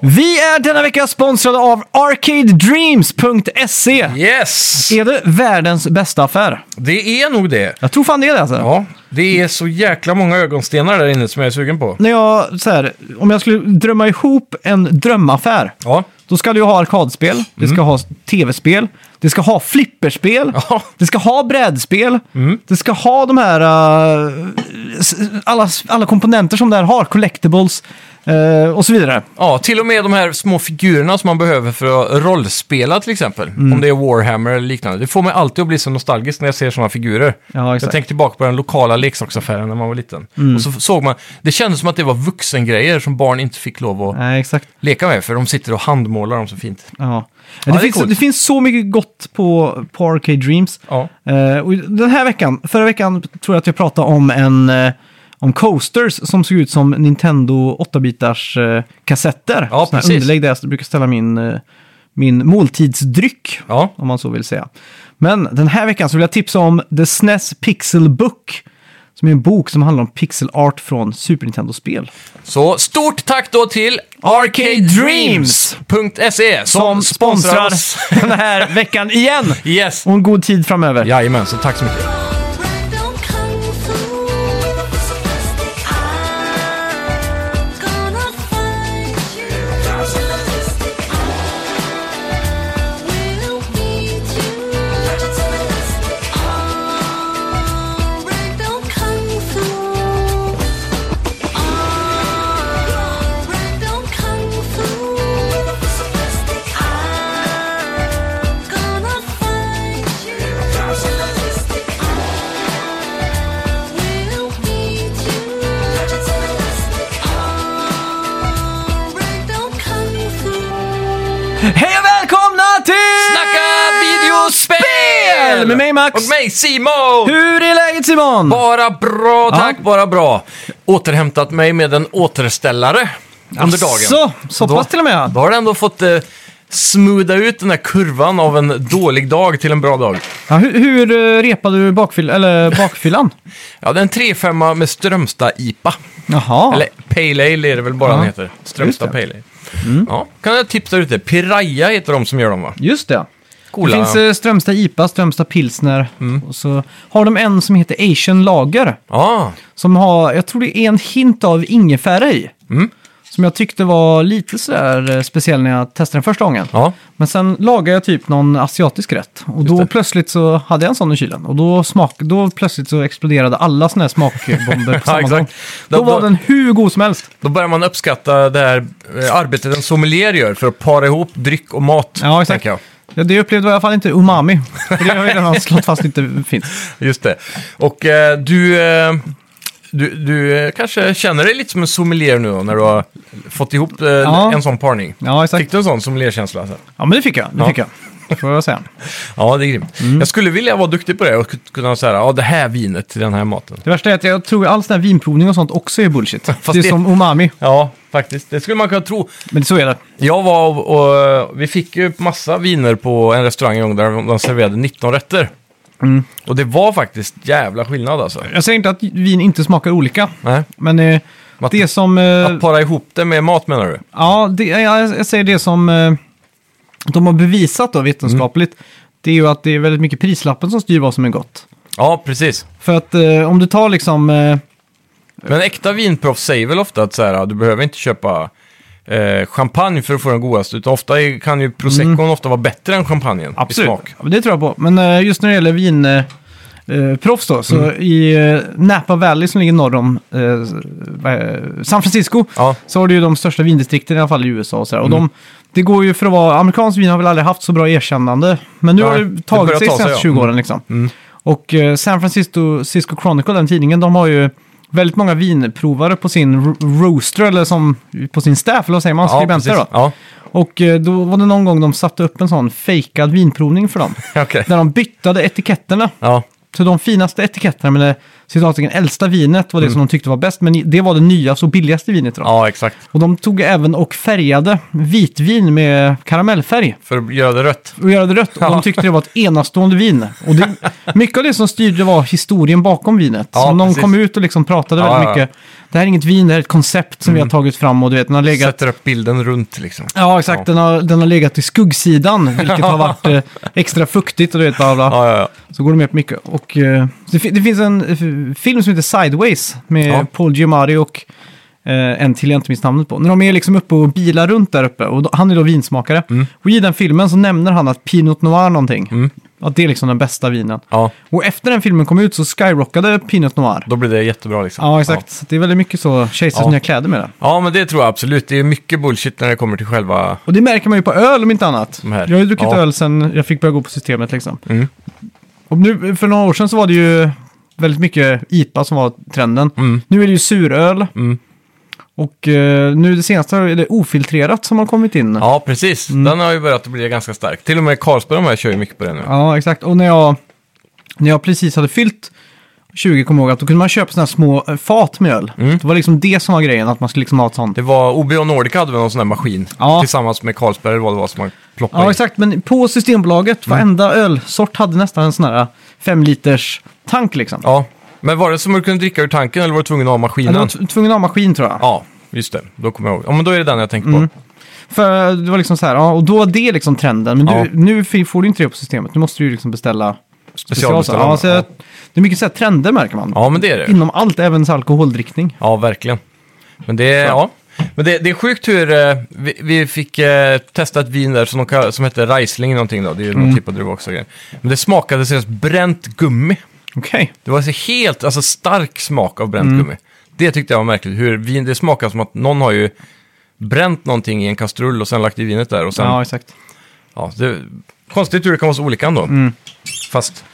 Vi är denna vecka sponsrade av ArcadeDreams.se. Yes! Är det världens bästa affär? Det är nog det. Jag tror fan det är det alltså. Ja, det är så jäkla många ögonstenar där inne som jag är sugen på. När jag, så här, om jag skulle drömma ihop en drömaffär, Ja, då ska du ju ha arkadspel, det ska ha tv-spel, det ska ha flipperspel, Mm. Ja. Mm. det ska ha brädspel, det ska ha de här, eh, s- alla, alla komponenter som det här har, collectibles eh, och så vidare. ja till och med de här små figurerna som man behöver för att rollspela till exempel. Mm. Om det är Warhammer eller liknande. Det får mig alltid att bli så nostalgisk när jag ser sådana figurer. Ja, exakt. Mm. jag tänker tillbaka på den lokala leksaksaffären när man var liten. Och så såg man, det kändes som att det var vuxengrejer som barn inte fick lov att Nej, exakt. leka med. För de sitter och handmålar dem så fint. Ja. det, Ja, det är finns, coolt. det finns så mycket gott på, på Arcade Dreams. Ja, Eh, och den här veckan, förra veckan tror jag att jag pratade om en eh, om coasters som såg ut som Nintendo 8-bitars eh, kassetter. Såna här Ja, precis. underlägg där jag brukar ställa min, eh, min måltidsdryck, ja. om man så vill säga. Men den här veckan så vill jag tipsa om The SNES Pixel Book, som är en bok som handlar om pixel art från Super Nintendo-spel. Så stort tack då till arcadedreams.se Som sponsrar den här veckan igen! Yes! Och en god tid framöver. Jajamän, så tack så mycket. Random kung fu, sadistic eyes. Gonna find you, sadistic eyes. Will eat you, sadistic eyes. Random kung fu, ah. Random kung fu, sadistic eyes. Gonna find you, sadistic eyes. Will meet you. Don't come through. Hej och välkomna till Snacka videospel! Med mig Max! Och mig Simon! Hur är läget Simon? Bara bra, Ja. tack, bara bra. Återhämtat mig med en återställare under dagen. Så, Alltså, så då, pass till och med. Då har det ändå fått eh, smooda ut den där kurvan av en dålig dag till en bra dag. Ja, hur, hur eh, repade du bakfyll, eller bakfyllan? Ja, det är en 3-5 med Strömstad-IPA. Jaha. Eller Pale Ale är det väl bara Ja. den heter. Just Strömstad det. Mm. Pale Ale. Ja, kan jag tipsa ute. Piraya heter de som gör dem va? Just det. Coola. Mm. Det finns eh, Strömstad IPA, Strömstad Pilsner. Och så har de en som heter Asian Lager. Ja, Som har, jag tror det är en hint av ingefära i. Mm. Som jag tyckte var lite sådär eh, speciell när jag testade den första gången. ja. Men sen lagade jag typ någon asiatisk rätt. Och då det. plötsligt så hade jag en sån i kylen. Och då, smak, då plötsligt så exploderade alla såna här smakbomber på samma exakt. gång. Då- Då, då- var den hur god som helst. Då börjar man uppskatta det här eh, arbetet en sommelier gör för att para ihop dryck och mat. Ja, exakt. tänker Jag. Ja, det upplevde jag i alla fall inte umami. För det har jag redan slått fast inte finns. Just det. Och eh, du, eh, du, du eh, kanske känner dig lite som en sommelier nu då, när du har fått ihop eh, Ja. en sån parning. Ja, exakt. Fick du en sån sommelierkänsla? Alltså? Ja, men det fick jag. Det Ja. fick jag. Får jag säga. Ja, Mm. det är grymt. Jag skulle vilja vara duktig på det och kunna säga ja, det här vinet till den här maten. Det värsta är att jag tror all sån här vinprovning och sånt också är bullshit. det är det- som umami. Ja, faktiskt. Det skulle man kunna tro. Men så är det. Jag var och, och vi fick ju massa viner på en restaurang en gång där de serverade 19 rätter. Mm. Och det var faktiskt jävla skillnad alltså. Jag säger inte att vin inte smakar olika. Nej. Men eh, Att- det som... eh, Att para ihop det med mat menar du? Ja, det, ja, jag, jag säger det som eh, de har bevisat då vetenskapligt. Det är ju att det är väldigt mycket prislappen som styr vad som är gott. Ja, precis. För att eh, om du tar liksom... Eh, Men äkta vinproffs säger väl ofta att så här, du behöver inte köpa eh, champagne för att få den godaste. Utan ofta är, kan ju proseccon Mm. ofta vara bättre än champagnen i smak. Ja, men det tror jag på. Men eh, just när det gäller vin... Eh, eh, proffs då, så i eh, Napa Valley som ligger norr om eh, eh, San Francisco Ja. så har du ju de största vindistrikten i alla fall i USA och Mm. sådär. Och de, det går ju för att vara, amerikanskt vin har väl aldrig haft så bra erkännande, men nu Nej, har det det tagit börjar sig ta de sig, senaste ja. Mm. 20 åren liksom. Och eh, San Francisco Cisco Chronicle, den tidningen, de har ju väldigt många vinprovare på sin ro- roaster, eller som, på sin staff, eller vad säger man, skribenter precis. då. Ja, Och eh, då var det någon gång de satte upp en sån fejkad vinprovning för dem. okej. Där de byttade etiketterna. Ja. så de finaste etiketterna med det citattecken äldsta vinet var Mm. det som de tyckte var bäst, men det var det nyaste och billigaste vinet. Då. Ja, exakt. Och de tog även och färgade vitvin med karamellfärg För att göra det rött. och göra det rött. Och de tyckte det var ett enastående vin. Och det, mycket av det som styrde var historien bakom vinet. Ja, så någon precis. kom ut och liksom pratade Ja, Mm. väldigt ja, ja. mycket. Det här är inget vin, det här är ett koncept som vi har tagit fram och du vet, den har legat... Sätter upp bilden runt liksom. Ja, exakt. Den, har, den har legat i skuggsidan, vilket har varit eh, extra fuktigt och du vet, bla, bla. Ja, ja, ja. Så går de med på mycket. Och, eh, det, fi- det finns en eh, film som heter Sideways med Ja. Paul Giamatti och eh, en till jag inte minns namnet på. När de är liksom uppe och bilar runt där uppe och då, han är då vinsmakare. Mm. Och i den filmen så nämner han att Pinot Noir någonting. Att det är liksom den bästa vinen. ja. Och efter den filmen kom ut så skyrockade Pinot Noir. Då blir det jättebra liksom. Ja, exakt. Så Det är väldigt mycket så kejsarens Ja. nya kläder med det. Ja. ja, men det tror jag absolut. Det är mycket bullshit när det kommer till själva... Och det märker man ju på öl om inte annat. De här. Jag har ju druckit Ja. öl sen jag fick börja gå på systemet liksom. Mm. Och nu, för några år sedan så var det ju väldigt mycket IPA som var trenden. Mm. Nu är det ju suröl. Mm. Och eh, nu det senaste är det ofiltrerat som har kommit in. Ja, precis. Mm. Den har ju börjat att bli ganska stark. Till och med Carlsberg de här kör ju mycket på det nu. Ja, exakt. Och när jag, när jag precis hade fyllt 20 kom jag ihåg att då kunde man köpa sådana här små eh, fat med öl. Mm. Det var liksom det som var grejen, att man skulle liksom ha ett sånt. Det var OB Nordica hade väl någon sån där maskin Ja. tillsammans med Carlsberg eller vad det var som man ploppade Ja, in. exakt. Men på Systembolaget, Mm. varenda ölsort hade nästan en sån här 5 liters tank liksom. Ja. Men var det som att du kunde dricka ur tanken eller var du tvungen att ha Jag maskinen? var tv- tvungen att ha maskin tror jag. Ja, just det. Då kommer jag ihåg. Ja, men då är det den jag tänker på. Mm. För det var liksom så här, ja, och då var det liksom trenden. Men Ja. du, nu fi- får du inte det på systemet, nu måste du ju liksom beställa specialsaker. Specialbeställarna. Ja, så ja. jag- Det är mycket så här trender märker man. ja, men det är det. Inom allt, även så alkoholdrickning. Ja, verkligen. Men det, ja. men det, det är sjukt hur eh, vi, vi fick eh, testa ett vin där som, de kall- som hette Riesling någonting då. Det är ju Mm. någon typ av druva också. grejer. Men det smakade seriöst bränt gummi. Okej. Det var så helt, alltså stark smak av Mm. bränt gummi. Det tyckte jag var märkligt. Hur vin, det smakar som att någon har ju bränt någonting i en kastrull och sen lagt i vinet där. Och sen, Ja, ja. exakt. det, konstigt hur det kan vara så olika ändå. Fast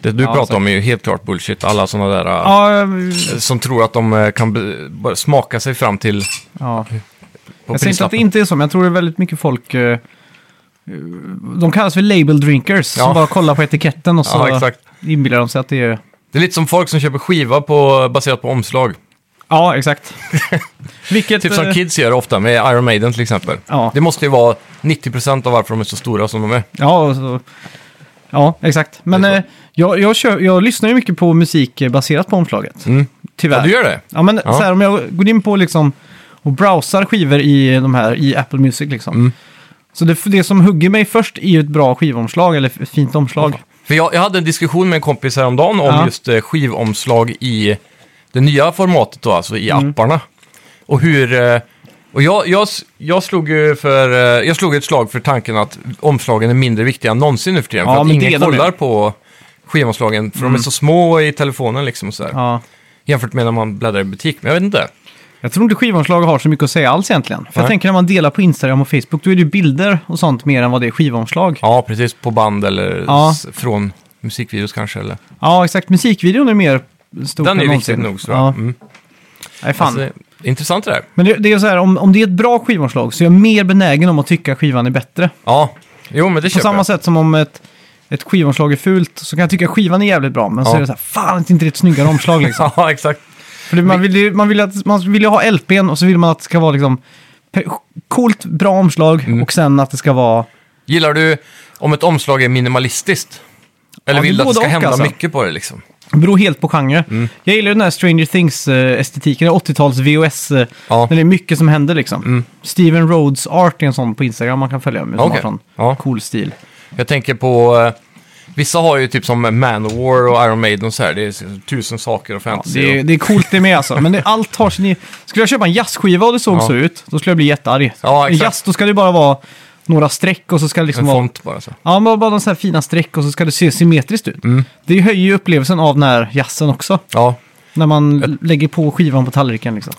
det du Mm. Ja, pratar exakt. om är ju helt klart bullshit. Alla sådana där... eh, Ja, eh, som tror att de eh, kan be- bara smaka sig fram till ja. Jag på säger inte att det prislappen. inte är så, men jag tror det är väldigt mycket folk... eh, eh, De kallas för label drinkers, Ja. som bara kollar på etiketten och så Ja, exakt. inbillar de sig att det är... Det är lite som folk som köper skiva på, baserat på omslag. Ja, exakt. Vilket... Typ som eh, kids gör ofta med Iron Maiden till exempel. Ja. Det måste ju vara 90% av varför de är så stora som de är. Ja, och så, ja exakt. Men Det är eh, jag, jag, kör, jag lyssnar ju mycket på musik eh, baserat på omslaget. Mm. Tyvärr. Ja, du gör det? Ja, men Ja. Så här, om jag går in på liksom och browsar skivor i, de här, i Apple Music liksom. Mm. Så det, det som hugger mig först är ju ett bra skivomslag eller ett fint omslag. För jag, jag hade en diskussion med en kompis häromdagen om Ja. just eh, skivomslag i det nya formatet då, alltså i Mm. apparna. Och hur... eh, Och jag, jag, s- jag, slog ju för, eh, jag slog ett slag för tanken att omslagen är mindre viktiga än någonsin nu för tiden. Ja, för att men det ingen är de ju. Mm. kollar på skivomslagen, för de är så små i telefonen liksom. Så här. Ja. Jämfört med när man bläddrar i butik, men jag vet inte. Jag tror inte skivomslag har så mycket att säga alls egentligen. För Nej. jag tänker när man delar på Instagram och Facebook, då är det ju bilder och sånt mer än vad det är skivomslag. Ja, precis. På band eller Ja. s- från musikvideos kanske. Eller. Ja, exakt. Musikvideon är mer stor Den än är ju någonsin. viktig nog. Så. Ja. Mm. Nej, fan. Alltså, det är intressant det där. Men det, det är så här, om, om det är ett bra skivomslag så är jag mer benägen om att tycka skivan är bättre. Ja, jo men det På köper samma jag. sätt som om ett, ett skivomslag är fult så kan jag tycka skivan är jävligt bra, men så Ja. är det så här, fan det är inte ett snyggare omslag liksom. Ja, exakt. För det, man, vill ju, man, vill att, man vill ju ha LPn och så vill man att det ska vara liksom pe- coolt, bra omslag Mm. och sen att det ska vara... Gillar du om ett omslag är minimalistiskt? Eller Ja, vill det du är både att det ska och, hända alltså. mycket på det liksom? Det beror helt på genre. Mm. Jag gillar ju den här Stranger eh, Things-estetiken, 80-tals VHS, eh, Ja. Mm. när det är mycket som händer liksom. Steven Rhodes Art är en sån på Instagram man kan följa med, som Okej. har sån Ja. cool stil. Jag tänker på... Eh, vissa har ju typ som Manowar och Iron Maiden och så här. Det är så- tusen saker och Ja, fantasy. Det är, och, det är coolt det med alltså. Men det, allt har sin... Skulle jag köpa en jazzskiva och det såg Ja. så ut, då skulle jag bli jättearg. Ja, en exakt. jazz, då ska det bara vara några streck och så ska det en liksom vara... font bara så. Ja, men bara de så här fina streck och så ska det se symmetriskt ut. Mm. Det höjer ju upplevelsen av den här jazzen också. Ja. När man lägger på skivan på tallriken liksom.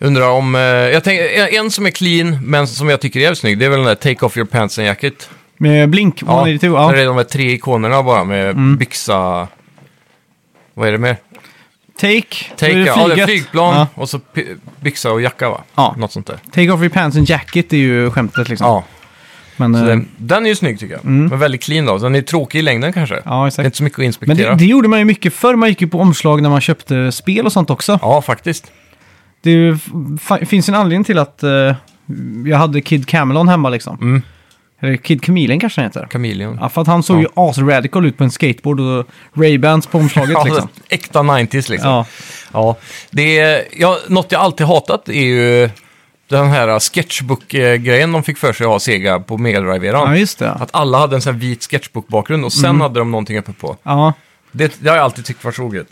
Undrar om... Eh, jag tänker, en- en som är clean, men som jag tycker är jävligt snygg, det är väl den där Take Off Your Pants and Jacket. Med blink, ja. Ja, 182. där Ja. Mm. är de här tre ikonerna bara med byxa... Vad är det mer? Take, Take, då är det ja, det är flyget. flygplan Ja. och så py- byxa och jacka va? Ja. Något sånt där. Take off your pants and jacket är ju skämtet liksom. Ja. Men, Så eh, Mm. den, Ehm, den är ju snygg tycker jag. Men väldigt clean då. Så Den är tråkig i längden kanske. ja, det är exakt. inte så mycket att Men inspektera. det, det gjorde man ju mycket förr. Man gick ju på omslag när man köpte spel och sånt också. Ja, faktiskt. Det är ju, fa- finns en anledning till att eh, jag hade Kid Camelon hemma liksom. Mm. Eller Kid Chameleon kanske han heter. Chameleon. Ja, för att han såg Ja. ju as-radical ut på en skateboard och Ray-Bans på omslaget Ja, liksom. Äkta 90s liksom. Ja. Ja, det är, ja, något jag alltid hatat är ju den här sketchbook-grejen de fick för sig att ha Sega på Mega drive ja eran just det. Mm. Att alla hade en sån här vit sketchbook-bakgrund och sen hade de någonting uppe på. Ja, Det, det har jag alltid tyckt var så roligt.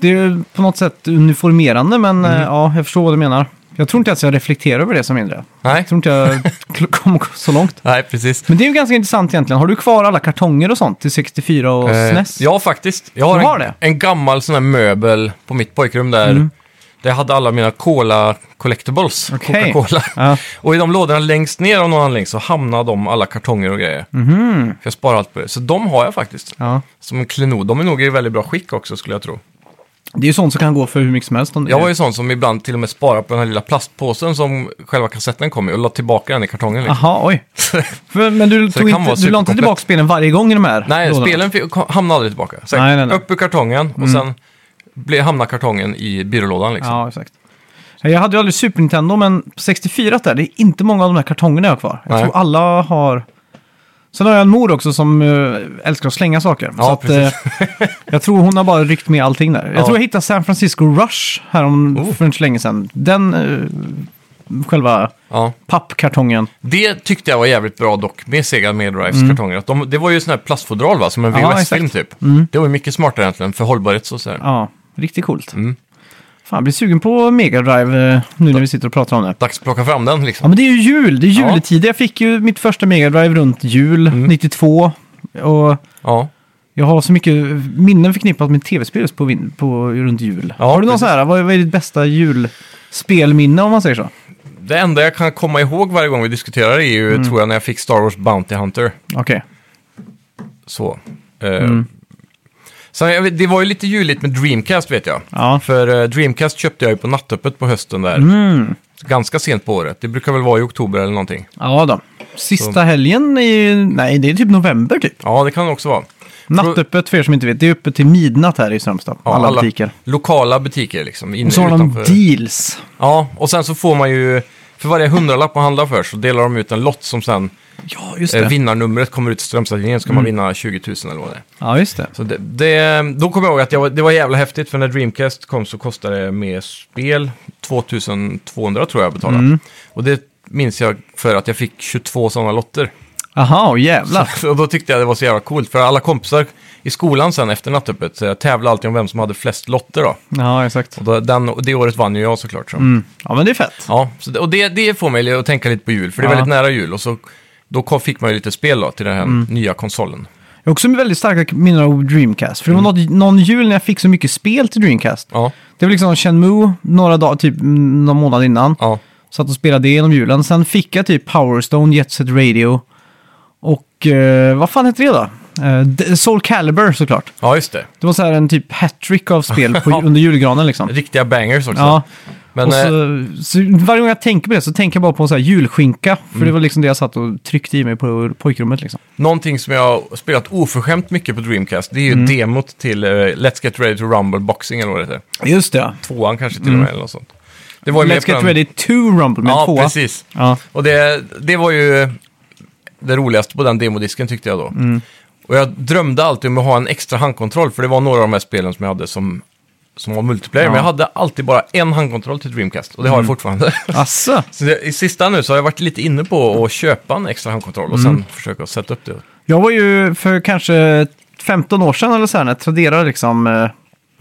det är ju på något sätt uniformerande Mm. men eh, ja, jag förstår vad du menar. Jag tror inte ens jag reflekterar över det som mindre. Nej, Jag tror inte jag kl- kom så långt. Nej precis. Men det är ju ganska intressant egentligen. Har du kvar alla kartonger och sånt till 64 och E Eh, SNES? ja, faktiskt. Jag har, Du har en, det? Mm. en gammal sån här möbel på mitt pojkrum där. Där jag hade alla mina Cola Collectibles. Okej. Coca-Cola. Ja. Och i de lådorna längst ner av någon anledning så hamnade de alla kartonger och grejer. För jag sparar allt på det. Så de har jag faktiskt. Mhm. ja. Som en klenod. De är nog i väldigt bra skick också skulle jag tro. Det är ju sånt som kan gå för hur mycket som helst. om det Jag är- var ju sån som ibland till och med sparade på den här lilla plastpåsen som själva kassetten kom i och la tillbaka den i kartongen. Liksom. Aha, oj. För, men du, Så tog det inte, kan vara du la inte superkomplett. tillbaka spelen varje gång i de här Nej, lådorna? spelen fick, kom, hamnade aldrig tillbaka. Så Ah, Nej, nej, nej. Upp ur kartongen och sen ble, hamnade kartongen i byrålådan. Liksom. Ja, exakt. Jag hade ju aldrig Super Nintendo, men på 64 där, det är inte många av de här kartongerna jag har kvar. Jag Nej. tror alla har... Sen har jag en mor också som eh, älskar att slänga saker. Ja, så att, eh, jag tror hon har bara ryckt med allting där. Jag Ja. tror jag hittade San Francisco Rush härom Oh. för inte så länge sedan. Den, eh, själva Ja. pappkartongen. Det tyckte jag var jävligt bra dock med Sega Mega Drives kartonger. Att de, det var ju sån här plastfodral va, som en Mm. Ja, Mm. VHS-film typ. Det var ju mycket smartare egentligen för hållbarhet och sådär. Ja, riktigt coolt. Mm. Fan, jag blir sugen på Mega Drive eh, nu när vi sitter och pratar om det. Dags att plocka fram den Ja, liksom. men det är ju jul. Det är Ja. Mm. juletid. Jag fick ju mitt första Mega Drive runt jul, 92. Och Ja. jag har så mycket minnen förknippat med tv-spel just på, vin- på, runt jul. Ja, har du någon så precis. här, vad, vad är ditt bästa julspelminne om man säger så? Det enda jag kan komma ihåg varje gång vi diskuterar det är ju, Mm. tror jag, när jag fick Star Wars Bounty Hunter. Okej. Så. Eh, Mm. Sen, jag vet- det var ju lite juligt med Dreamcast vet jag. Ja. För eh, Dreamcast köpte jag ju på nattöppet på hösten där. Mm. Ganska sent på året. Det brukar väl vara i oktober eller någonting. Ja då. Sista helgen i, nej det är typ november typ. Ja, det kan det också vara. Nattöppet för er som inte vet, det är öppet till midnatt här i Strömstad. Ja, alla, butiker. Lokala butiker liksom. Inne, Och så har de utanför. deals. Ja, och sen så får man ju... För varje hundralapp man handlar för så delar de ut en lott som sen Ja, just eh, det. Mm. vinnarnumret kommer ut till Strömstadlinjen så kan man vinna 20 000 eller vad det är. Ja, just det. Så det, det, då kommer jag ihåg att jag, var- det var jävla häftigt för när Dreamcast kom så kostade det med spel 2200 tror jag jag betalade. Mm. Och det minns jag för att jag fick 22 sådana lotter. Aha, och jävlar. Och då tyckte jag det var så jävla coolt för alla kompisar i skolan sen efter nattöppet så jag tävlade alltid om vem som hade flest lotter då. Ja, exakt. Och då, den, och det året vann ju jag såklart. Så. Mm. Ja, men det är fett. Ja, så det, och det, det får mig att tänka lite på jul, för det är Ja. väldigt nära jul. Och så, då kom, fick man ju lite spel då, till den här Mm. nya konsolen. Jag har också väldigt starka minnen av Dreamcast. För det var Mm. något, någon jul när jag fick så mycket spel till Dreamcast. Ja, Det var liksom Shenmue några dagar, typ mm, någon månad innan. ja. Satt och spelade det genom julen. Sen fick jag typ Powerstone, Jet Set Radio och eh, vad fan heter det då? Eh, D- Soul Calibur såklart. ja just det. Det var så här en typ hattrick av spel på, Ja. under julgranen liksom. Riktiga bangers också. Ja, Men och eh, så, så varje gång jag tänker på det så tänker jag bara på en sån här julskinka. För Mm. det var liksom det jag satt och tryckte i mig på pojkrummet liksom. någonting som jag har spelat oförskämt mycket på Dreamcast, det är ju Mm. demot till eh, Let's Get Ready to Rumble Boxing eller vad det heter. Just det. Tvåan kanske till och med eller något sånt. Det var ju med Mm. Let's på Get den- Ready to Rumble med Ja, tvåa. precis. Ja, Och det, det var ju det roligaste på den demodisken tyckte jag då. Mm. Och jag drömde alltid om att ha en extra handkontroll, för det var några av de här spelen som jag hade som, som var multiplayer. Ja. Mm. Men jag hade alltid bara en handkontroll till Dreamcast, och det har jag fortfarande. asså. så det, i sista nu så har jag varit lite inne på att köpa en extra handkontroll och Mm. sen försöka sätta upp det. Jag var ju för kanske 15 år sedan eller så här, när jag Tradera liksom eh,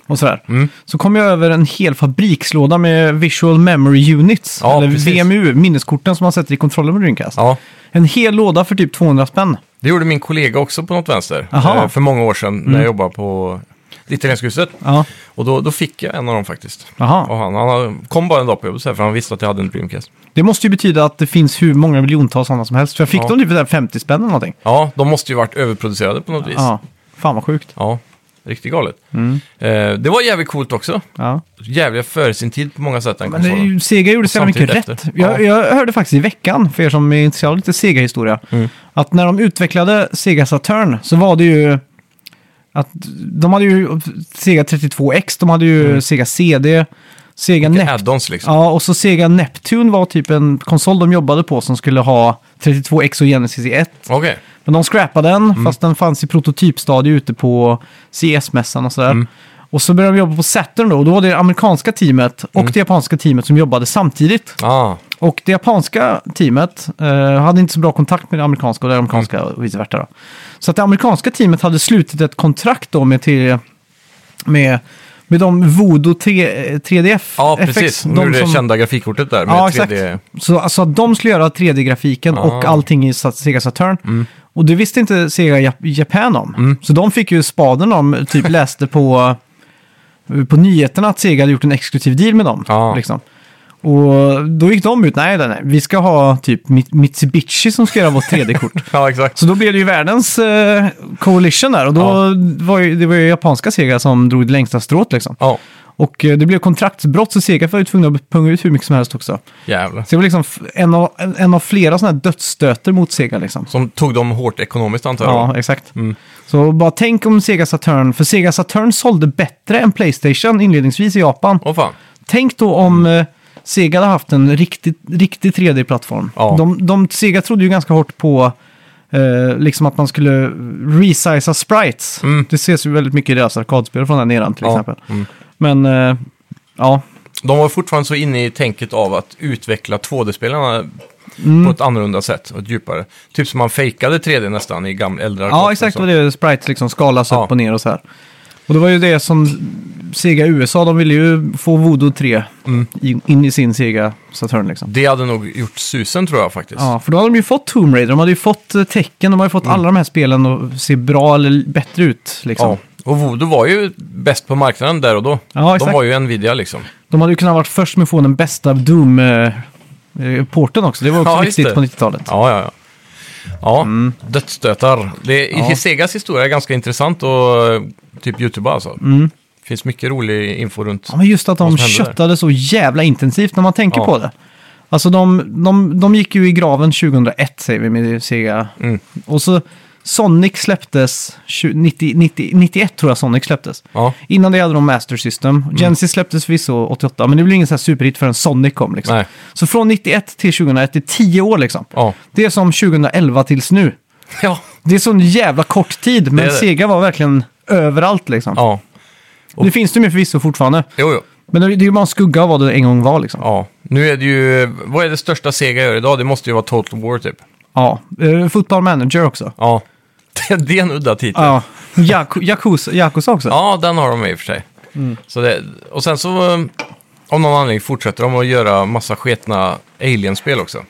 och sådär. Mm. Så kom jag över en hel fabrikslåda med Visual Memory Units, Ja, eller precis. VMU, minneskorten som man sätter i kontrollen på Dreamcast. Ja, En hel låda för typ 200 spänn. det gjorde min kollega också på något vänster Aha. eh, för många år sedan Mm. när jag jobbade på Italienskhuset. Ja, Och då, då fick jag en av dem faktiskt. Aha. Och han, han kom bara en dag på jobbet så här, för han visste att jag hade en Dreamcast. det måste ju betyda att det finns hur många miljontals sådana som helst. För jag fick Ja. dem typ för så här 50 spänn eller någonting. Ja, de måste ju varit överproducerade på något vis. Ja. Ja, fan vad sjukt. Riktigt galet. Mm. Eh, det var jävligt coolt också. Ja. Jävligt före sin tid på många sätt, den Men det, är konsolen. ju- Sega gjorde så jävla mycket Alltså, Samtidigt efter. rätt. Jag, jag hörde faktiskt i veckan, för er som är intresserade av lite Sega-historia, Mm. att när de utvecklade Sega Saturn så var det ju att de hade ju Sega 32X, de hade Mm. ju Sega CD, Sega Neptune. Add-ons liksom. Ja, och så Sega Neptune var typ en konsol de jobbade på som skulle ha 32X och Genesis i ett. Okej. Men de scrappade den, Mm. fast den fanns i prototypstadie ute på CS-mässan och sådär. Mm. Och så började de jobba på Saturn då, och då var det det amerikanska teamet Mm. och det japanska teamet som jobbade samtidigt. Ah, Och det japanska teamet eh, hade inte så bra kontakt med det amerikanska och det amerikanska Mm. och vice versa. Då. Så att det amerikanska teamet hade slutit ett kontrakt då med, till, med, med de Voodoo 3, 3DF. ja, FX, precis. de Nu är det som- kända grafikkortet där med Ja, 3D. exakt. Så alltså, att de skulle göra 3D-grafiken och Ah. Mm. allting i Sat- Sega Saturn. Och det visste inte Sega Jap- Japan om. Så de fick ju spaden de typ läste på, på nyheterna att Sega hade gjort en exklusiv deal med dem. Ah. Liksom. Och då gick de ut, nej, nej, nej, vi ska ha typ Mi- Mitsubishi som ska göra vårt 3D-kort. Ja, exakt. Så då blev det ju världens eh, coalition där och då Ja. var ju, det var ju japanska Sega som drog det längsta strået liksom. Ja, Och eh, det blev kontraktsbrott så Sega var ju tvungna att punga ut hur mycket som helst också. jävlar. Så det var liksom f- en av, en, en av flera sådana här dödsstöter mot Sega liksom. Som tog dem hårt ekonomiskt antar jag. Ja, exakt. Mm. Så bara tänk om Sega Saturn, för Sega Saturn sålde bättre än Playstation inledningsvis i Japan. Åh fan. Tänk då om Mm. eh, Sega hade haft en riktigt, riktig 3D-plattform. Ja. De, de, Sega trodde ju ganska hårt på eh, liksom att man skulle resiza sprites. Mm. Det ses ju väldigt mycket i deras arkadspel från den eran till Ja. Mm. exempel. Men eh, ja, De var fortfarande så inne i tänket av att utveckla 2D-spelarna på ett annorlunda sätt och ett djupare. Typ som man fejkade 3D nästan i gamla äldre Ja, arkader exakt. och Vad så. det är. Sprites liksom skalas Ja. upp och ner och så här. Och det var ju det som Sega USA, de ville ju få Voodoo 3 Mm. in, in i sin Sega Saturn liksom. Det hade nog gjort susen tror jag faktiskt. Ja, för då hade de ju fått Tomb Raider, de hade ju fått eh, tecken, de hade ju fått Mm. alla de här spelen att se bra eller bättre ut liksom. Ja. Och Voodoo var ju bäst på marknaden där och då. Ja, de exakt. var ju Nvidia liksom. De hade ju kunnat varit först med att få den bästa Doom-porten också, det var också Ja, just viktigt det. på 90-talet. Ja, ja, ja. Ja, dödsstötar. Det, Mm. Ja. Segas historia är ganska intressant och eh, typ YouTube alltså. finns mycket rolig info runt. Mm. Ja, men just att de Vad som hände där. köttade så jävla intensivt när man tänker Ja. på det. Alltså de, de, de gick ju i graven 2001 säger vi med Sega. Mm. Och så Sonic släpptes, 20, 90, 90, 91 tror jag Sonic släpptes. Ja, Mm. Innan det hade de Master System. Genesis släpptes förvisso 88, men det blev ingen så här superhit förrän Sonic kom. Liksom. nej. Så från 91 till 2001, det är 10 år liksom. Ja. Det är som 2011 tills nu. ja. Det är sån jävla kort tid, men Det är det. Sega var verkligen överallt liksom. ja. Nu finns det ju med förvisso fortfarande, Jo, jo. men det är ju bara en skugga av vad det en gång var liksom. Ja, nu är det ju... Vad är det största Sega gör idag? Det måste ju vara Total War typ. Ja, uh, Football Manager också. Ja, det, det är en udda titel. Ja, Ja, Yaku- Yakuza, Yakuza också. den har de med i och för sig. Mm. Så det, och sen så, eh, om någon anledning, fortsätter de att göra massa sketna Alien-spel också.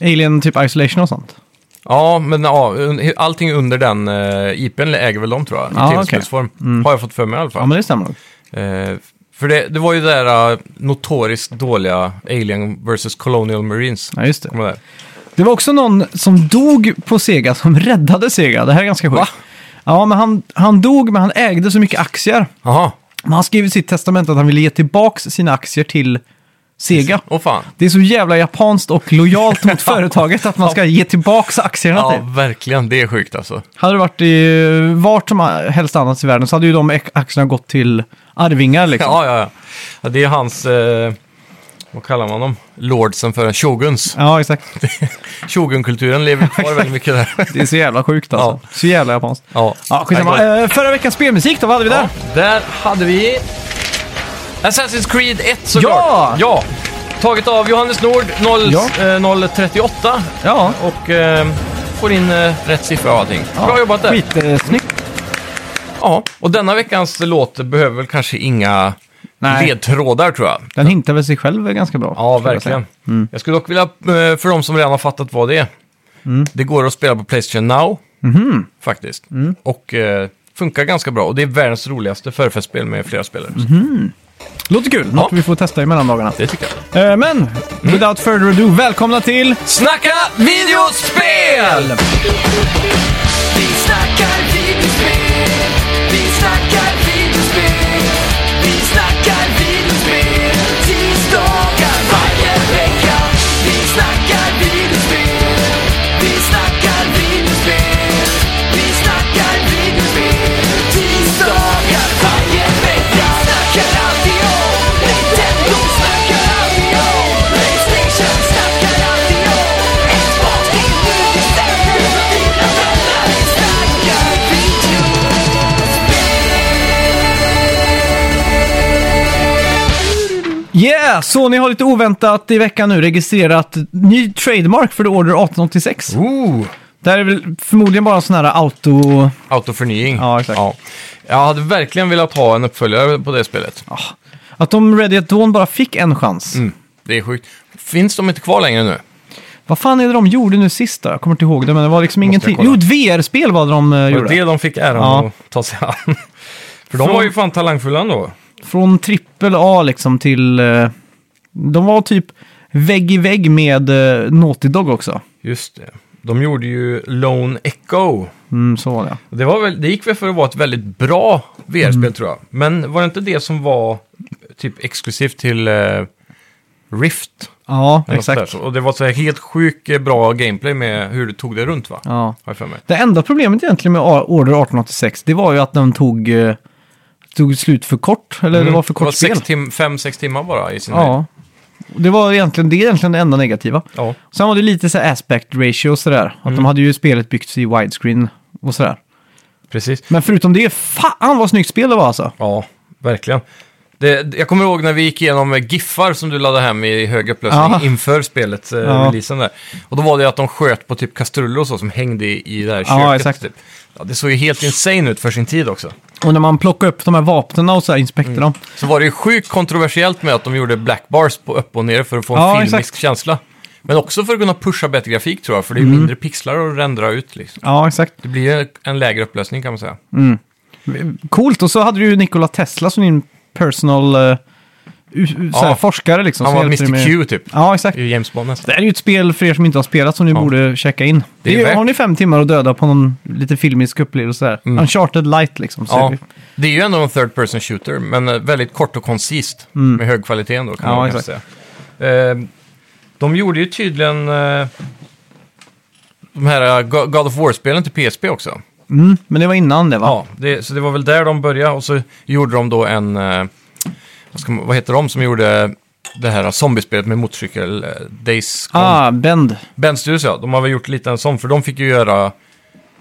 Alien typ Isolation och sånt. Ja, men ja, un- allting under den uh, IPn äger väl de tror jag, i Ja, okej. Mm. tv-spelsform. Har jag fått för mig i alla Ja, fall. men det stämmer nog. Eh, för det, det var ju det där eh, notoriskt dåliga Alien vs. Colonial Marines. Ja, just det. Kommer där. Det var också någon som dog på Sega som räddade Sega. Det här är ganska sjukt. Ja, men han, han dog, men han ägde så mycket aktier. Jaha, Men han skrev i sitt testament att han ville ge tillbaka sina aktier till Sega. åh fan. Det är så jävla japanskt och lojalt mot företaget att man ska ge tillbaka aktierna Ja, till. verkligen. Det är sjukt alltså. Hade det varit i vart som helst annars i världen så hade ju de aktierna gått till arvingar liksom. Ja, ja, ja. ja det är hans, eh, vad kallar man dem? Lordsen för en shoguns. ja exakt. Shogunkulturen lever kvar väldigt mycket där. Det är så jävla sjukt alltså. Så jävla japanskt. Ja, Ja, skitsamma. Eh, förra veckans spelmusik då, vad hade vi där? Ja, där hade vi Assassin's Creed 1 såklart. Ja! ja! Taget av Johannes Nord 0, Ja. eh, 038 Ja, och eh, får in eh, rätt siffra och allting. Bra jobbat där. skitsnyggt. Ja, och denna veckans låt behöver väl kanske inga Nej. ledtrådar tror jag. Den hintar väl sig själv ganska bra. Ja, skulle jag verkligen. säga. Mm. Jag skulle dock vilja, eh, för de som redan har fattat vad det är, Mm. det går att spela på Playstation Now, Mhm. faktiskt. Mm. Och eh, funkar ganska bra. Och det är världens roligaste förfestspel med flera spelare. Mhm. Låter kul. Något Ja. vi får testa i mellandagarna. Det tycker jag. Eh, men, without further ado, välkomna till... Snacka videospel! Vi snackar videospel, vi snackar Yeah! Sony har lite oväntat i veckan nu registrerat ny trademark för The Order 1886. Ooh. Det här är väl förmodligen bara en sån här auto... Autoförnying. Ja, exakt. Jag hade verkligen velat ha en uppföljare på det spelet. Ah. Att de Ready at Dawn bara fick en chans. Mm. Det är sjukt. Finns de inte kvar längre nu? Vad fan är det de gjorde nu sist då? Jag kommer inte ihåg det, men det var liksom jag ingenting. kolla. Jo, ett VR-spel var det de eh, Var det gjorde. det de fick äran Ja. att ta sig an? För de Från- var ju fan talangfulla ändå. Från trippel A liksom till... eh, De var typ vägg i vägg med eh, Naughty Dog också. Just det. De gjorde ju Lone Echo. Mm, så var det. Det, var väl, det gick väl för att vara ett väldigt bra VR-spel Mm. tror jag. Men var det inte det som var typ exklusivt till eh, Rift? Ja, Eller något sådär exakt. så. Och det var så här helt sjukt eh, bra gameplay med hur du tog det runt va? Ja. Har jag för mig. Det enda problemet egentligen med A- Order 1886, det var ju att den tog, eh, tog slut för kort. Eller det var för kort spel. Mm. sex tim- fem, sex timmar bara i sin höjd. Ja. Det var egentligen det, är egentligen det enda negativa. ja. Sen var det lite så här aspect ratio och sådär. Att Mm. de hade ju spelet byggts i widescreen och sådär. precis. Men förutom det, fan vad snyggt spel det var alltså. Ja, verkligen. Det, det- jag kommer ihåg när vi gick igenom eh, giffar som du laddade hem i hög upplösning Ja. inför spelet, eh, Ja. releasen där. Och då var det att de sköt på typ kastruller och så som hängde i, i det här köket. Ja, exakt. Typ. Ja, det såg ju helt insane ut för sin tid också. Och när man plockade upp de här vapnen och så här inspekterade dem. Så var det ju sjukt kontroversiellt med att de gjorde black bars på upp och ner för att få en Ja, filmisk exakt. Mm. känsla. Men också för att kunna pusha bättre grafik tror jag, för det är ju mindre pixlar att rendera ut. Liksom. Ja, exakt. Det blir ju en lägre upplösning kan man säga. Coolt, och så hade du ju Nikola Tesla som din personal eh, u- u- så här, Ja. forskare liksom. Han som var hjälpte dig Mr med- Q typ, Ja, exakt. i James Bond nästan. Det här är ju ett spel för er som inte har spelat som ni Ja. borde checka in. Det är Det är, värt- har ni fem timmar att döda på någon lite filmisk upplevelse där. Uncharted light liksom. Så Mm. Ja, det- det är ju ändå en third person shooter, men eh, väldigt kort och koncist. Med hög kvalitet ändå, kan Mm. Ja, man kanske säga. Eh, De gjorde ju tydligen eh, de här eh, Go- God of War-spelen till PSP också. Mm, men det var innan det va? Ja, det, så det var väl där de började och så gjorde de då en... eh, Vad, ska man, vad heter de som gjorde det här zombiespelet med motorcykel? eh, Days Gone? Ah, Bend. Ben Studios ja, de har väl gjort lite en sån, för de fick ju göra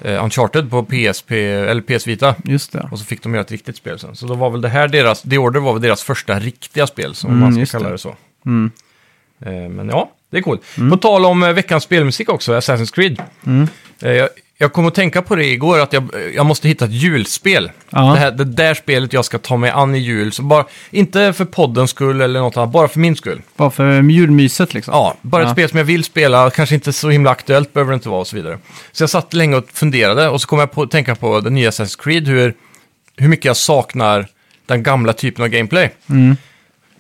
eh, Uncharted på PSP, eller PS Vita. Just det. Och så fick de göra ett riktigt spel sen. Så då var väl det här deras, The Order var väl deras första riktiga spel, som Mm, man just ska kalla det. Mm. det så. Eh, Men ja, det är coolt. På tal om eh, veckans spelmusik också, Assassin's Creed. Mm. Eh, Jag, jag kom att tänka på det igår, att jag, eh, jag måste hitta ett julspel. Ja. Det, här, det där spelet jag ska ta mig an i jul. Så bara, inte för poddens skull eller något annat, bara för min skull. Bara för julmyset liksom. Ja, bara ett Ja. spel som jag vill spela, kanske inte så himla aktuellt behöver det inte vara och så vidare. Så jag satt länge och funderade och så kom jag på att tänka på den nya Assassin's Creed, hur, hur mycket jag saknar den gamla typen av gameplay. Mm.